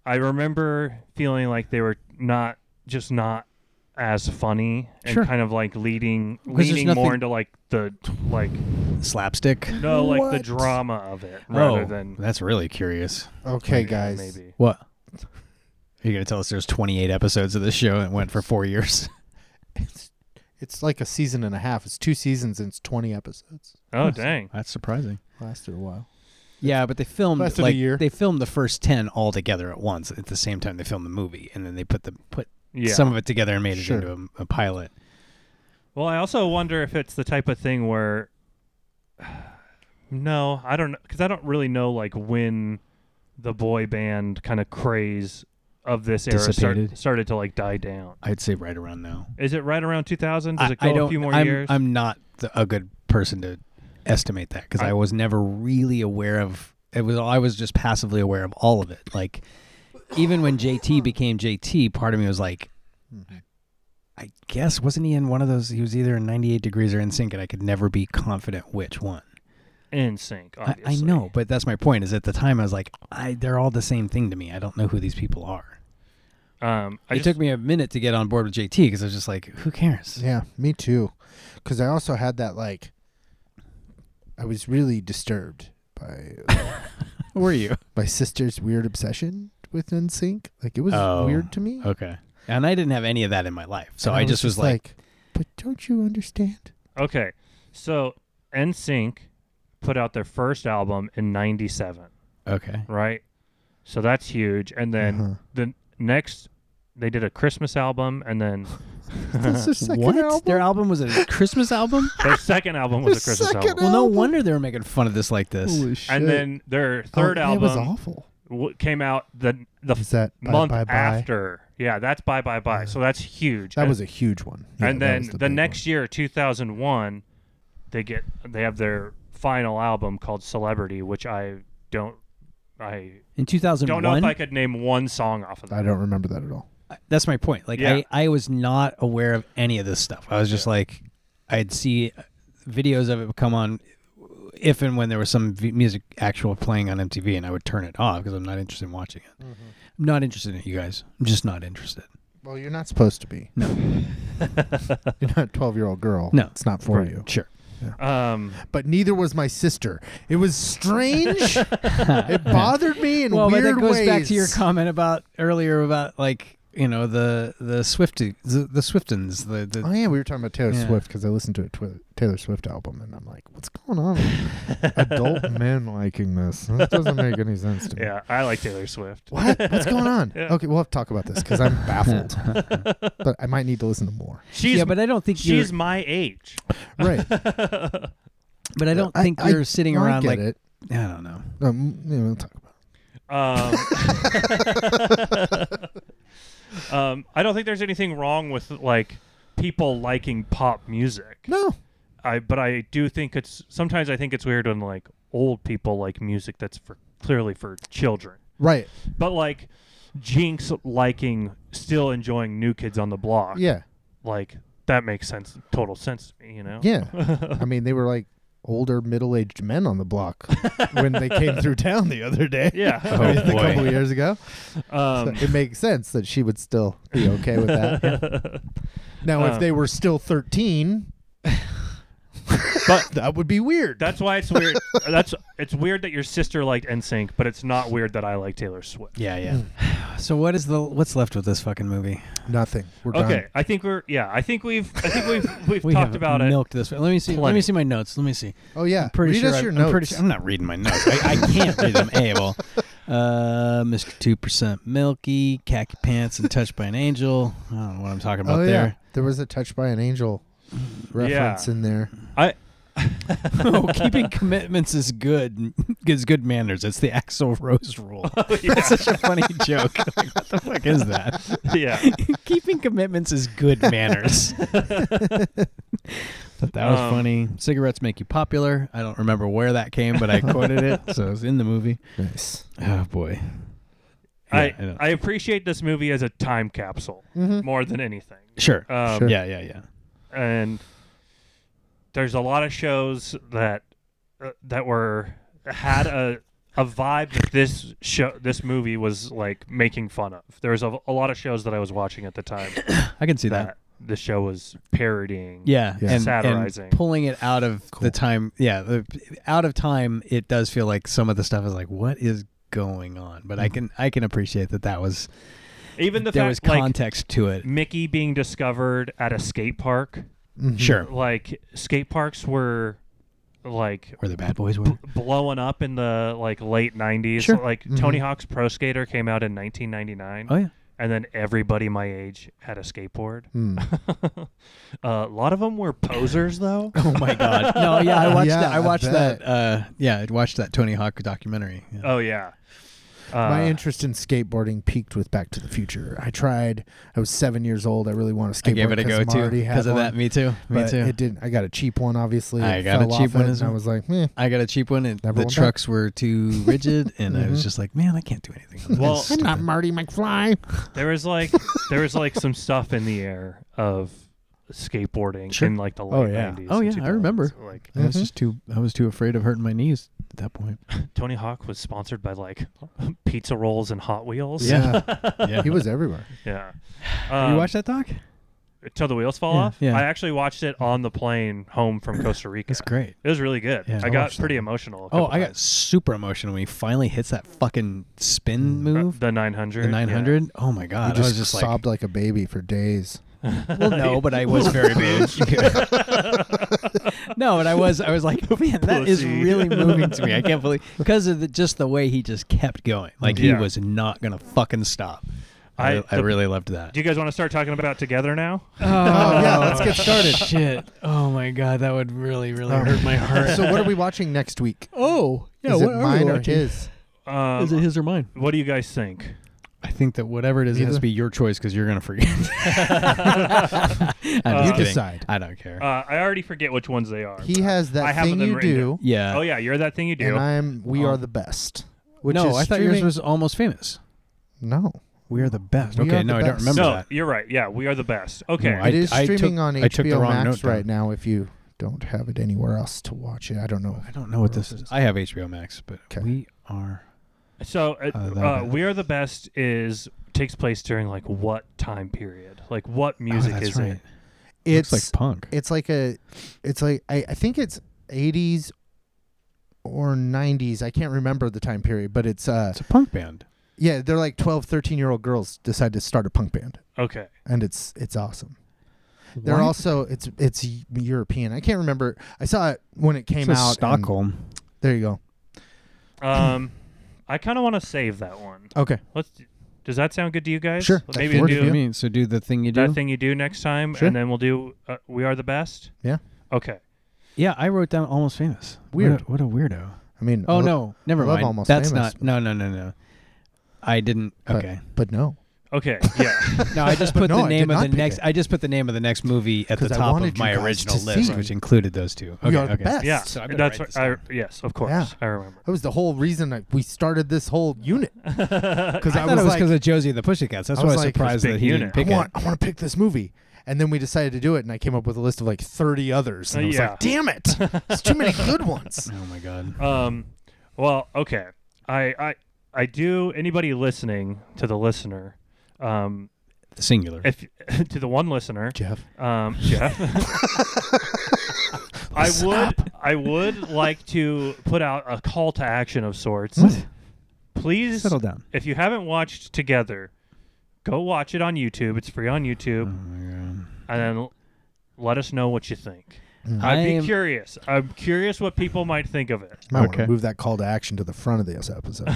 A: I remember feeling like they were not just not as funny and
F: Sure.
A: kind of like leading
F: there's
A: leading
F: nothing-
A: more into like the like
F: Slapstick.
A: no like the
D: What?
A: drama of it rather
F: oh,
A: than
F: that's really curious.
D: Okay,
C: uh,
D: guys.
A: maybe
F: What? Are you gonna tell us there's 28 episodes of this show and it went for four years?
D: It's like a season and a half. It's two seasons and it's 20 episodes.
A: oh dang
F: That's surprising.
D: Lasted a while.
F: Yeah, but they filmed
D: Lasted a
F: like
D: year.
F: they filmed the first 10 all together at once at the same time they filmed the movie, and then they put the put
A: yeah
F: some of it together and made it
D: Sure.
F: into a, a pilot.
A: Well, I also wonder if it's the type of thing where *sighs* no, I don't cuz I don't really know like when the boy band kind of craze of this era start,
F: Dissipated.
A: started to like die down.
F: I'd say right around now.
A: Is it right around 2000? Does
F: I,
A: it go
F: I don't,
A: a few more
F: I'm,
A: years?
F: I'm not the, a good person to estimate that because I,
A: I-
F: was never really aware of it. Was I was just passively aware of all of it. Like even
A: *sighs*
F: when JT became JT, part of me was like,
D: Hmm.
F: I guess wasn't he in one of those? He was either in 98 Degrees or in Sync, and I could never be confident which one.
A: in sync,
F: I,
A: obviously.
F: I know, but that's my point. Is at the time I was like, I, they're all the same thing to me. I don't know who these people are.
A: Um, I
F: it
A: just,
F: took me a minute to get on board with JT because I was just like, who cares?
D: Yeah, me too. Because I also had that, like, I was really disturbed
F: *laughs*
D: by
F: Who are you?
D: my sister's weird obsession with NSYNC. Like, it was
F: Oh,
D: weird to me.
F: Okay. And I didn't have any of that in my life. So
D: And
F: I, just was, like,
D: but don't you understand?
A: Okay. So, NSYNC put out their first album in 97,
F: okay.
A: right? So that's huge. And then
D: Uh-huh.
A: the next they did a Christmas album and
D: *laughs*
A: then
D: That's
F: *laughs*
D: their second
F: what?
D: album?
F: Their album was *laughs* a Christmas album?
A: Their second album was a
D: Their
A: Christmas
D: second
A: album.
F: Well, no
D: Album?
F: wonder they were making fun of this like this.
D: Holy shit.
A: And then their third
D: Oh, It was
A: album
D: awful.
A: w- came out the the
D: Is that Bye
A: month
D: Bye Bye?
A: after. Yeah, that's Bye Bye Bye. So that's huge.
D: That
A: and,
D: was a huge one. Yeah,
A: and
D: that
A: then
D: was
A: the,
D: big
A: next year, 2001, they get they have their final album called Celebrity, which I don't I
F: In
A: don't know if
F: 2001?
A: I could name one song off of
D: one. I
A: that.
D: don't remember that at all.
F: That's my point. Like,
A: Yeah.
F: I, I was not aware of any of this stuff. I was just like, I'd see videos of it come on if and when there was some v- music actual playing on MTV, and I would turn it off because I'm not interested in watching it. I'm not interested in it, you guys. I'm just not interested.
D: Well, you're not supposed to be. No. *laughs* you're not a 12 year old girl.
F: No.
D: It's not for
A: Right.
D: you.
F: Sure.
A: Um,
D: But neither was my sister. It was strange.
F: *laughs*
D: it bothered me in
F: well,
D: weird
F: but that goes
D: ways.
F: back to your comment about earlier about like you know the the Swifty the, the Swiftons the, the
D: Oh yeah, we were talking about Taylor
F: Yeah.
D: Swift because I listened to a Twi- Taylor Swift album and I'm like, what's going on?
F: *laughs*
D: Adult men liking this. This doesn't make any sense to me.
A: yeah, I like Taylor Swift.
D: What? What's going
F: *laughs*
D: on?
A: Yeah.
D: Okay, we'll have to talk about this because I'm baffled. but I might need to listen to more.
A: She's
F: yeah, but I don't think you're,
A: she's my age.
D: Right.
F: *laughs* but I don't
D: I-
F: think
D: I-
F: you're sitting
D: I
F: around
D: get
F: like
D: it.
F: I don't know.
D: Um, yeah, we'll talk about
A: *laughs* Um, *laughs* um, I don't think there's anything wrong with like people liking pop music.
D: it. No.
A: I but I do think it's sometimes I think it's weird when like old people like music that's for clearly for children.
D: Right.
A: But like Jinx liking still enjoying New Kids on the Block.
D: Yeah.
A: Like that makes sense total sense to me, you know.
D: Yeah. I mean, they were like older middle-aged men on the block when they came through town the other day.
A: *laughs* Yeah. *laughs*
D: I *laughs* mean, a
F: boy.
D: couple of years ago. So
A: Um,
D: it makes sense that she would still be okay with
A: *laughs*
D: that. now, if
F: Uh,
A: Um,
D: they were still 13,
A: But-
D: *laughs* that would be weird.
A: That's why it's weird. That's it's weird that your sister liked NSYNC, but it's not weird that I like Taylor Swift.
F: Yeah, yeah. *sighs* so what is the what's left with this fucking movie?
D: Nothing. We're
A: Okay,
D: done.
A: I think we're yeah. I think we've I think we've
D: *laughs*
A: we've
F: We
A: talked
F: have
A: about it.
F: milked this. Let me see. Let
A: Plenty.
F: me see my notes. Let me see.
D: Oh, yeah.
F: Pretty
D: Read
F: sure
D: us
F: I,
D: your
F: I'm
D: notes.
F: pretty sure I'm not reading my notes. I, I can't read them. A
D: *laughs*
F: well. Uh, Mr. Two Percent Milky, Khaki Pants, and Touched by an Angel. I don't know what I'm talking about
D: oh, yeah.
F: there.
D: There was a Touched by an Angel reference in there.
A: I
D: *laughs*
F: oh, keeping commitments is good. *laughs* Is good manners. It's the Axl
D: *laughs*
F: Rose rule. *laughs* That's such a funny joke. Like, what the fuck is that?
A: *laughs* yeah.
F: *laughs* keeping commitments is *laughs* good manners. Thought that was
A: Um,
F: funny. Cigarettes make you popular. I don't remember where that came, but I quoted it, so it's in the movie.
D: Nice.
F: *laughs* Oh boy.
A: I,
F: Yeah, I know.
A: I appreciate this movie as a time capsule more than anything.
F: Sure.
A: Um,
D: Sure.
F: Yeah, yeah, yeah.
A: and there's a lot of shows that uh, that were had a a vibe that this show this movie was like making fun of. There was a, a lot of shows that I was watching at the
F: *coughs*
A: time
F: I can see that.
A: that the show was parodying.
F: Yeah,
D: Yeah.
F: And,
A: Satirizing.
F: and pulling it out of the time. Yeah, the- out of time. It does feel like some of the stuff is like, what is going on? But I can I can appreciate that that was
A: even the
F: there
A: fact
F: was
A: like
F: context to it.
A: Mickey being discovered at a skate park.
D: Mm-hmm.
F: Sure,
A: Like skate parks were like
F: where the bad boys were.
A: blowing up in the like late 90s.
F: Sure. Mm-hmm.
A: Like Tony Hawk's Pro Skater came out in 1999.
F: Oh yeah.
A: and then everybody my age had a skateboard. *laughs*
D: Mm.
A: Uh, a lot of them were posers, though.
F: *laughs* Oh my god. No, yeah, I watched
D: Yeah,
F: that. I
D: I
F: watched
D: bet.
F: that. Uh, yeah, I watched that Tony Hawk documentary. Yeah.
A: oh yeah. Uh,
D: My interest in skateboarding peaked with Back to the Future. I tried. I was seven years old. I really want to skateboard.
F: I gave it a
D: 'cause
F: go
D: I'm
F: too
D: already had
F: because of
D: one,
F: that. Me too. Me
D: but
F: too.
D: It didn't. I got a cheap one, obviously.
F: I
D: It
F: got a
D: fell
F: cheap
D: off
F: one
D: it,
F: as
D: and I
F: well.
D: was like, meh.
F: I got a cheap one, and
D: Never Mm-hmm.
F: the
D: went back.
F: trucks were too rigid, and I was just like, "Man, I can't do anything." on this.
A: Well-
F: It's
D: I'm not
F: stupid.
D: Marty McFly.
A: there was
F: *laughs*
A: like there was like some stuff in the air of skateboarding
F: Sure.
A: in like the
D: Oh,
A: late
D: yeah.
A: 90s.
F: Oh,
A: and
F: yeah, I remember.
A: 2000s. Like
F: I was
D: Mm-hmm.
F: just too. I was too afraid of hurting my knees at that point.
A: Tony Hawk was sponsored by like pizza rolls and Hot Wheels. *laughs*
D: *laughs*
F: yeah.
D: he was
F: *laughs*
D: everywhere.
A: yeah.
F: you
A: Um,
F: watched that doc?
A: Till the wheels fall
F: Yeah,
A: off.
F: yeah.
A: I actually watched it on the plane home
F: *laughs*
A: from Costa Rica.
F: That's great.
A: It was really good.
F: Yeah,
A: I,
F: I
A: got
F: watched
A: pretty
F: that.
A: emotional. a
F: Oh,
A: couple
F: I got
A: times.
F: super emotional when he finally hits that fucking spin move,
A: the 900.
F: the
A: Mm-hmm. yeah.
F: 900. Oh my
D: He
F: god,
D: just,
F: I was just
D: sobbed like, a baby for days.
F: like, well,
A: *laughs*
F: no, but I was very bad. *laughs* no, but I was, I was like, man, that is
A: *laughs* Pussy. Oh, *laughs*
F: really moving to me. I can't believe because of the, just the way he just kept going, like
A: Yeah.
F: he was not gonna fucking stop.
A: I-
F: I, I
A: the-
F: really loved that.
A: Do you guys want to start talking about together now?
D: Oh, yeah, let's get started. Oh.
F: Shit. Oh my god, *laughs* that would really, really hurt my heart.
D: so what are we watching next week?
F: *laughs* oh, yeah.
D: is
F: what
D: it
F: are we
D: mine or
F: watching?
D: his?
A: Um,
F: Is it his or mine?
A: What do you guys think?
F: I think that whatever it is, it has
D: Either.
F: to be your choice because you're
A: *laughs*
F: gonna forget. I'm just
A: You
F: kidding.
D: decide.
F: I don't care.
A: Uh, I already forget which ones they are.
D: He has
A: I
D: that
A: have
D: thing
A: them
D: you
A: written
D: do,
F: yeah.
A: oh yeah, you're that thing you do.
D: and I'm we
F: Oh.
D: are the best. Which
F: no,
D: is
F: I thought yours
D: streaming-
F: was almost famous.
D: no.
F: We are the best.
D: We
F: okay,
D: are
F: no,
D: the
F: I don't
D: best.
F: remember
A: no,
F: that.
A: you're right. Yeah, we are the best. Okay.
F: No,
D: it is
F: I
D: streaming
F: took-
D: on
F: I took the
D: HBO Max
F: wrong note down.
D: right now. If you don't have it anywhere else to watch it, I don't know.
F: I don't know what this is. I have HBO Max, but
D: Okay.
F: we are. oh,
A: so uh,
F: Uh, the
A: uh,
F: best.
A: we are the best is takes place during like what time period? Like what music
F: oh, that's
A: is
F: right.
A: it?
D: It's
F: Looks like punk.
D: it's like a it's like I, I think it's 80s or 90s. I can't remember the time period, but it's uh
F: It's a punk band.
D: yeah, they're like 12, 13 year old girls decide to start a punk band,
A: Okay.
D: and it's it's awesome. They're
F: What?
D: also it's it's European. I can't remember. I saw it when it came
F: It says
D: out. and-
F: Stockholm.
D: There you go.
A: Um, I kind of want to save that one.
D: Okay.
A: Let's. Does that sound good to you guys?
D: Sure.
A: Maybe
D: Works
F: What do
D: for
A: do
F: you mean? So do the thing you do.
A: that thing you do next time,
D: Sure.
A: and then we'll do uh, we are the best.
D: Yeah.
A: Okay.
F: Yeah, I wrote down almost famous.
D: Weird.
F: What a, what a weirdo.
D: I mean,
F: Oh
D: I lo-
F: no, never
D: love
F: mind.
D: Almost
F: That's
D: Famous.
F: not. No, no, no, no. I didn't.
D: But, *laughs*
F: Okay.
D: but no. *laughs*
A: Okay. Yeah.
F: No, I just
D: But
F: put
D: no,
F: the
D: I did
F: name of
D: not
F: the
D: pick
F: next.
D: it.
F: I just put the name of the next movie at the
D: 'Cause I
F: top
D: wanted
F: of
D: you
F: my
D: guys
F: original
D: to
F: list,
D: see.
F: which included those two. Okay.
D: we are
F: okay.
D: the best.
A: Yeah,
F: So I better
A: that's
F: write this
A: right.
F: down.
A: I, yes, of course.
D: Yeah.
A: I remember. *laughs*
D: That was the whole reason I, we started this whole unit because
F: I,
D: I,
F: thought it was
D: like,
F: because of Josie and the Pussycats. That's
D: I
F: why I
D: was
F: was
D: like,
F: surprised
A: big
F: that he
A: unit.
F: didn't
D: I
F: pick
D: want
F: it.
D: I want to pick this movie, and then we decided to do it, and I came up with a list of like thirty others, and I was
A: Yeah.
D: like, damn it, it's too many good
F: *laughs*
D: ones.
F: Oh my god.
A: Um, well, okay. I, I, I do. Anybody listening to the listener, um,
F: The singular.
A: if *laughs* to the one listener,
D: Jeff,
F: *laughs*
A: um, Jeff, *laughs* I would, I would like to put out a call to action of sorts.
F: What?
A: Please
F: Settle down.
A: If you haven't watched Together, go watch it on YouTube. It's free on YouTube,
F: Oh my god. Mm.
A: and then l- let us know what you think.
F: I
A: I'd be
F: am-
A: curious. I'm curious what people might think of it.
D: might want
F: Okay.
D: to move that call to action to the front of this
F: *laughs*
D: episode.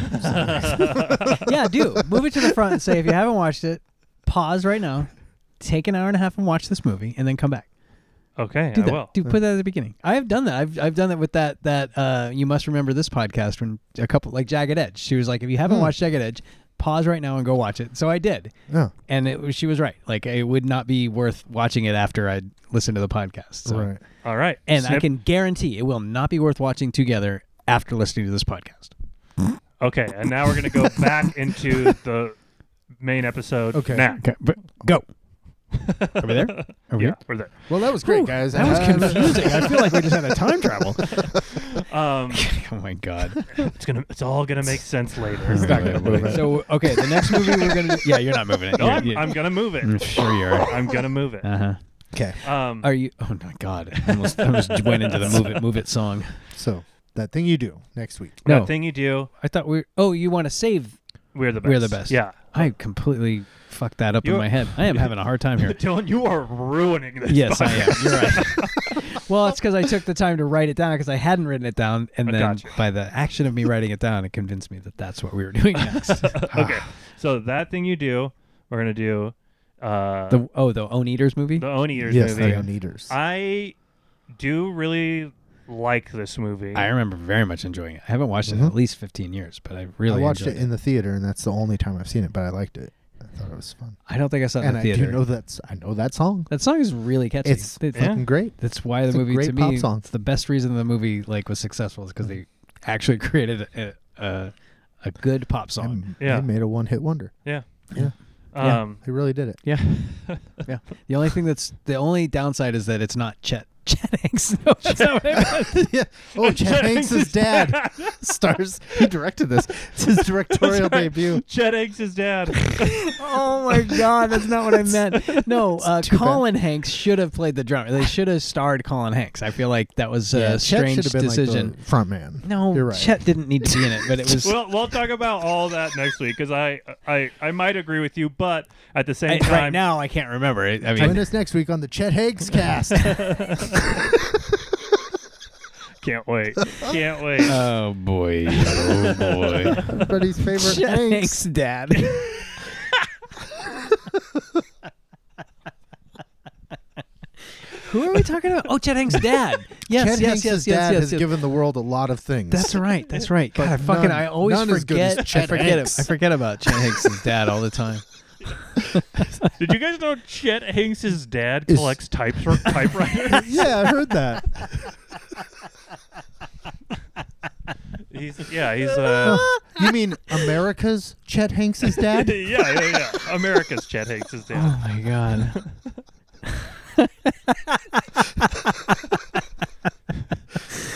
D: *laughs*
F: yeah, do move it to the front and say if
A: *laughs*
F: you haven't watched it, pause right now, take an hour and a half and watch this movie, and then come back.
A: Okay,
F: Do
A: I
F: that.
A: will.
F: Dude, put that at the beginning. I have done that. I've I've done that with that that uh you must remember this podcast when a couple like Jagged Edge. She was like, if you haven't
D: Hmm.
F: watched Jagged Edge, pause right now and go watch it. So I did,
D: No.
F: and it, was- she was right. Like it would not be worth watching it after I would listened to the podcast. So.
D: Right.
A: All right,
F: And I
A: snip.
F: can guarantee it will not be worth watching together after listening to this podcast.
A: Okay, and now we're gonna
F: *laughs*
A: go back into the main episode.
D: Okay.
A: now.
F: Okay, but go. Are we there?
A: *laughs*
F: Are we
A: yeah,
F: here?
A: we're there.
D: Well, that was great,
F: Whew,
D: guys.
F: That was
D: Uh,
F: confusing.
D: *laughs*
F: I feel like we just had a time *laughs* travel.
A: Um,
F: oh my god.
A: it's gonna, it's all gonna make sense later.
D: It's
A: *laughs*
D: not gonna move it.
F: So okay, the next movie we're gonna yeah, you're not moving it.
A: No,
F: You're-
A: I'm,
F: you're-
A: I'm gonna move
F: I'm *laughs*
A: it.
F: sure you are.
A: I'm gonna move it.
F: Uh huh.
D: Okay.
A: Um,
F: Are you? Oh my God! I almost, I almost went into the move it, move it song.
D: So that thing you do next week.
A: that
F: No,
A: thing you do,
F: I thought we. Oh, you want to save?
A: we're the best.
F: We're the best.
A: Yeah.
F: I completely fucked that up in
A: You-
F: my head. I am having a hard time here.
A: *laughs* Dylan, you are ruining this.
F: yes, I
A: podcast.
F: am. You're
D: *laughs*
F: right. well, it's because I took the time to write it down because I hadn't written it down, and
A: I
F: then
A: got you.
F: by the action of me writing it down, it convinced me that that's what we were doing next.
A: okay, *laughs* so that thing you do, we're gonna do uh, the
F: the oh, the Own Eaters movie.
A: the Own Eaters
D: yes,
A: movie.
D: the Oneaters.
A: I do really like this movie.
F: I remember very much enjoying it. I haven't watched it in
D: Mhm.
F: at least 15 years, but I
D: I
F: really
D: watched
F: enjoyed
D: it in the theater, and that's the only time I've seen it, but I liked it. I thought it was fun.
F: I don't think I saw it in
D: and
F: the
D: I
F: theater.
D: do know that's I know that song.
F: that song is really catchy.
D: It's
F: They-
A: Yeah.
D: fucking great.
F: That's why
D: It's
F: the
D: a
F: movie
D: great
F: to
D: pop
F: me,
D: song.
F: it's the best reason the movie like was successful is because they actually *laughs* created a, a a good pop song.
D: And
A: Yeah.
D: They made a one-hit wonder.
A: yeah.
D: Yeah.
F: Yeah.
A: Um,
D: They really did it.
F: Yeah, *laughs*
A: *laughs*
F: yeah. The only thing that's the only downside is that it's not Chet *laughs* Chet Hanks. No, that's not what I meant.
D: *laughs* yeah.
F: *laughs*
D: Oh, Chad Hanks' dad stars. He directed this. It's his directorial debut.
A: Chet Hanks is dad.
F: *laughs* oh my God, that's not what I
D: *laughs*
F: meant. No, uh,
D: too bad.
F: Colin Hanks should have played the drummer. They should have starred Colin Hanks. I feel like that was a
D: Yeah, Chet
F: strange
D: should've been, like, the
F: uh, decision.
D: front man.
F: no,
D: you're right.
F: Chet didn't need to be *laughs* in it,
D: *laughs*
F: but it was.
A: Well, we'll talk about all that next week because I, I, I might agree with you, but at the
F: I-
A: same time,
F: right now, I can't remember it. I mean, *laughs*
D: Join us next week on the Chet Hanks cast.
A: can't wait, can't wait.
F: oh boy, oh *laughs* boy.
D: *laughs* Everybody's favorite
F: Chet
D: Hanks.
F: Hanks, Dad. Who are we
C: *laughs*
F: talking about? Oh, Chet *laughs* Hanks' dad. Yes,
D: Chet
F: yes,
D: Hanks'
F: yes, yes,
D: dad
F: yes,
D: has
F: yes.
D: given the world a lot of things.
F: That's right. That's right. God,
D: But
F: I fucking,
D: none-
F: I always
D: none as good as
F: forget. I
D: Chet
F: forget.
D: Hanks.
F: I forget about Chet Hanks' dad all the time.
A: Did you guys know Chet Hanks' dad
D: Is-
A: collects types typewriters?
D: yeah, I heard that.
A: he's yeah, he's uh, *laughs*
D: You mean America's Chet Hanks'
A: yeah,
F: *laughs*
D: dad?
A: yeah, yeah. America's Chet Hanks' dad.
F: Oh my god.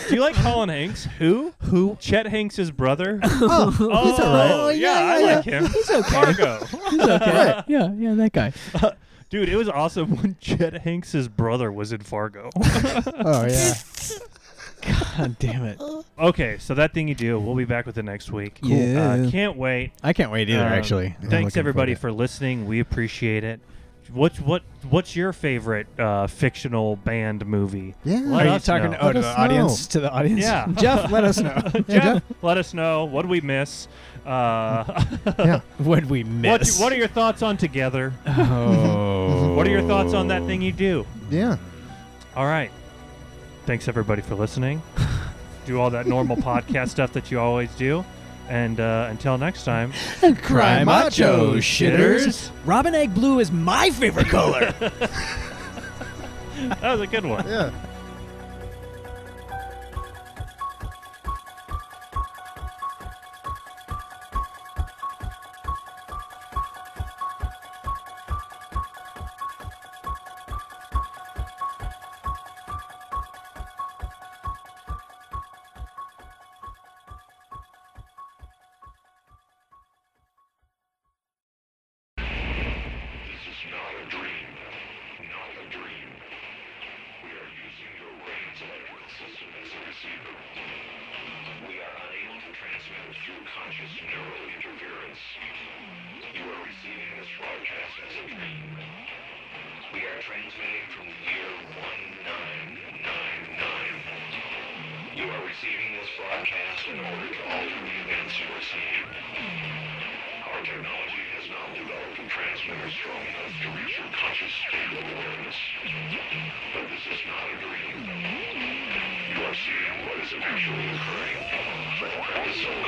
A: Do you like Colin Hanks? Who?
D: Who?
A: Chet Hanks' brother?
D: Oh, he's
A: Oh,
D: all right.
A: yeah, I like him. He's okay. Fargo.
F: Okay. Yeah, yeah, that guy.
A: Dude, it was awesome when Chet Hanks' brother was in Fargo. *laughs*
D: Oh, yeah.
F: *laughs* God damn it.
A: okay, so that thing you do, we'll be back with it next week.
F: Yeah.
A: Uh, can't wait.
F: I can't wait either.
A: Um,
F: actually. I'm looking
A: Thanks everybody
F: forward
A: for listening. We appreciate it. What's what what's your favorite uh, fictional band movie?
D: Yeah.
F: to
A: Let
F: it. Are you
A: us
F: talking
A: know.
F: oh, to
D: Let
F: the
D: us
F: audience? To the audience?
A: *laughs* Yeah.
F: *laughs* Jeff, let us know.
A: *laughs*
D: Yeah,
A: Jeff,
D: Jeff?
A: let us know what do we miss. Uh, *laughs*
D: Yeah.
F: What we
A: what,
F: miss?
A: what are your thoughts on Together?
F: Oh.
A: What are
F: *laughs*
A: your thoughts on that thing you do?
D: Yeah.
A: All right. Thanks everybody for
F: *laughs*
A: listening. do all that normal podcast stuff that you always do. And uh, until next time, *laughs*
F: Cry
D: macho,
A: shitters.
F: Robin egg blue is my favorite *laughs* color.
A: that was a good one.
D: Yeah.
B: We are unable to transmit through conscious neural interference. You are receiving this broadcast as a dream. We are transmitting from year 1999. You are receiving this broadcast in order to alter the events you are seeing. Our technology has has now developed a transmitter strong enough to reach your conscious state of awareness. But this is not a dream. You are seeing what is actually occurring. But the episode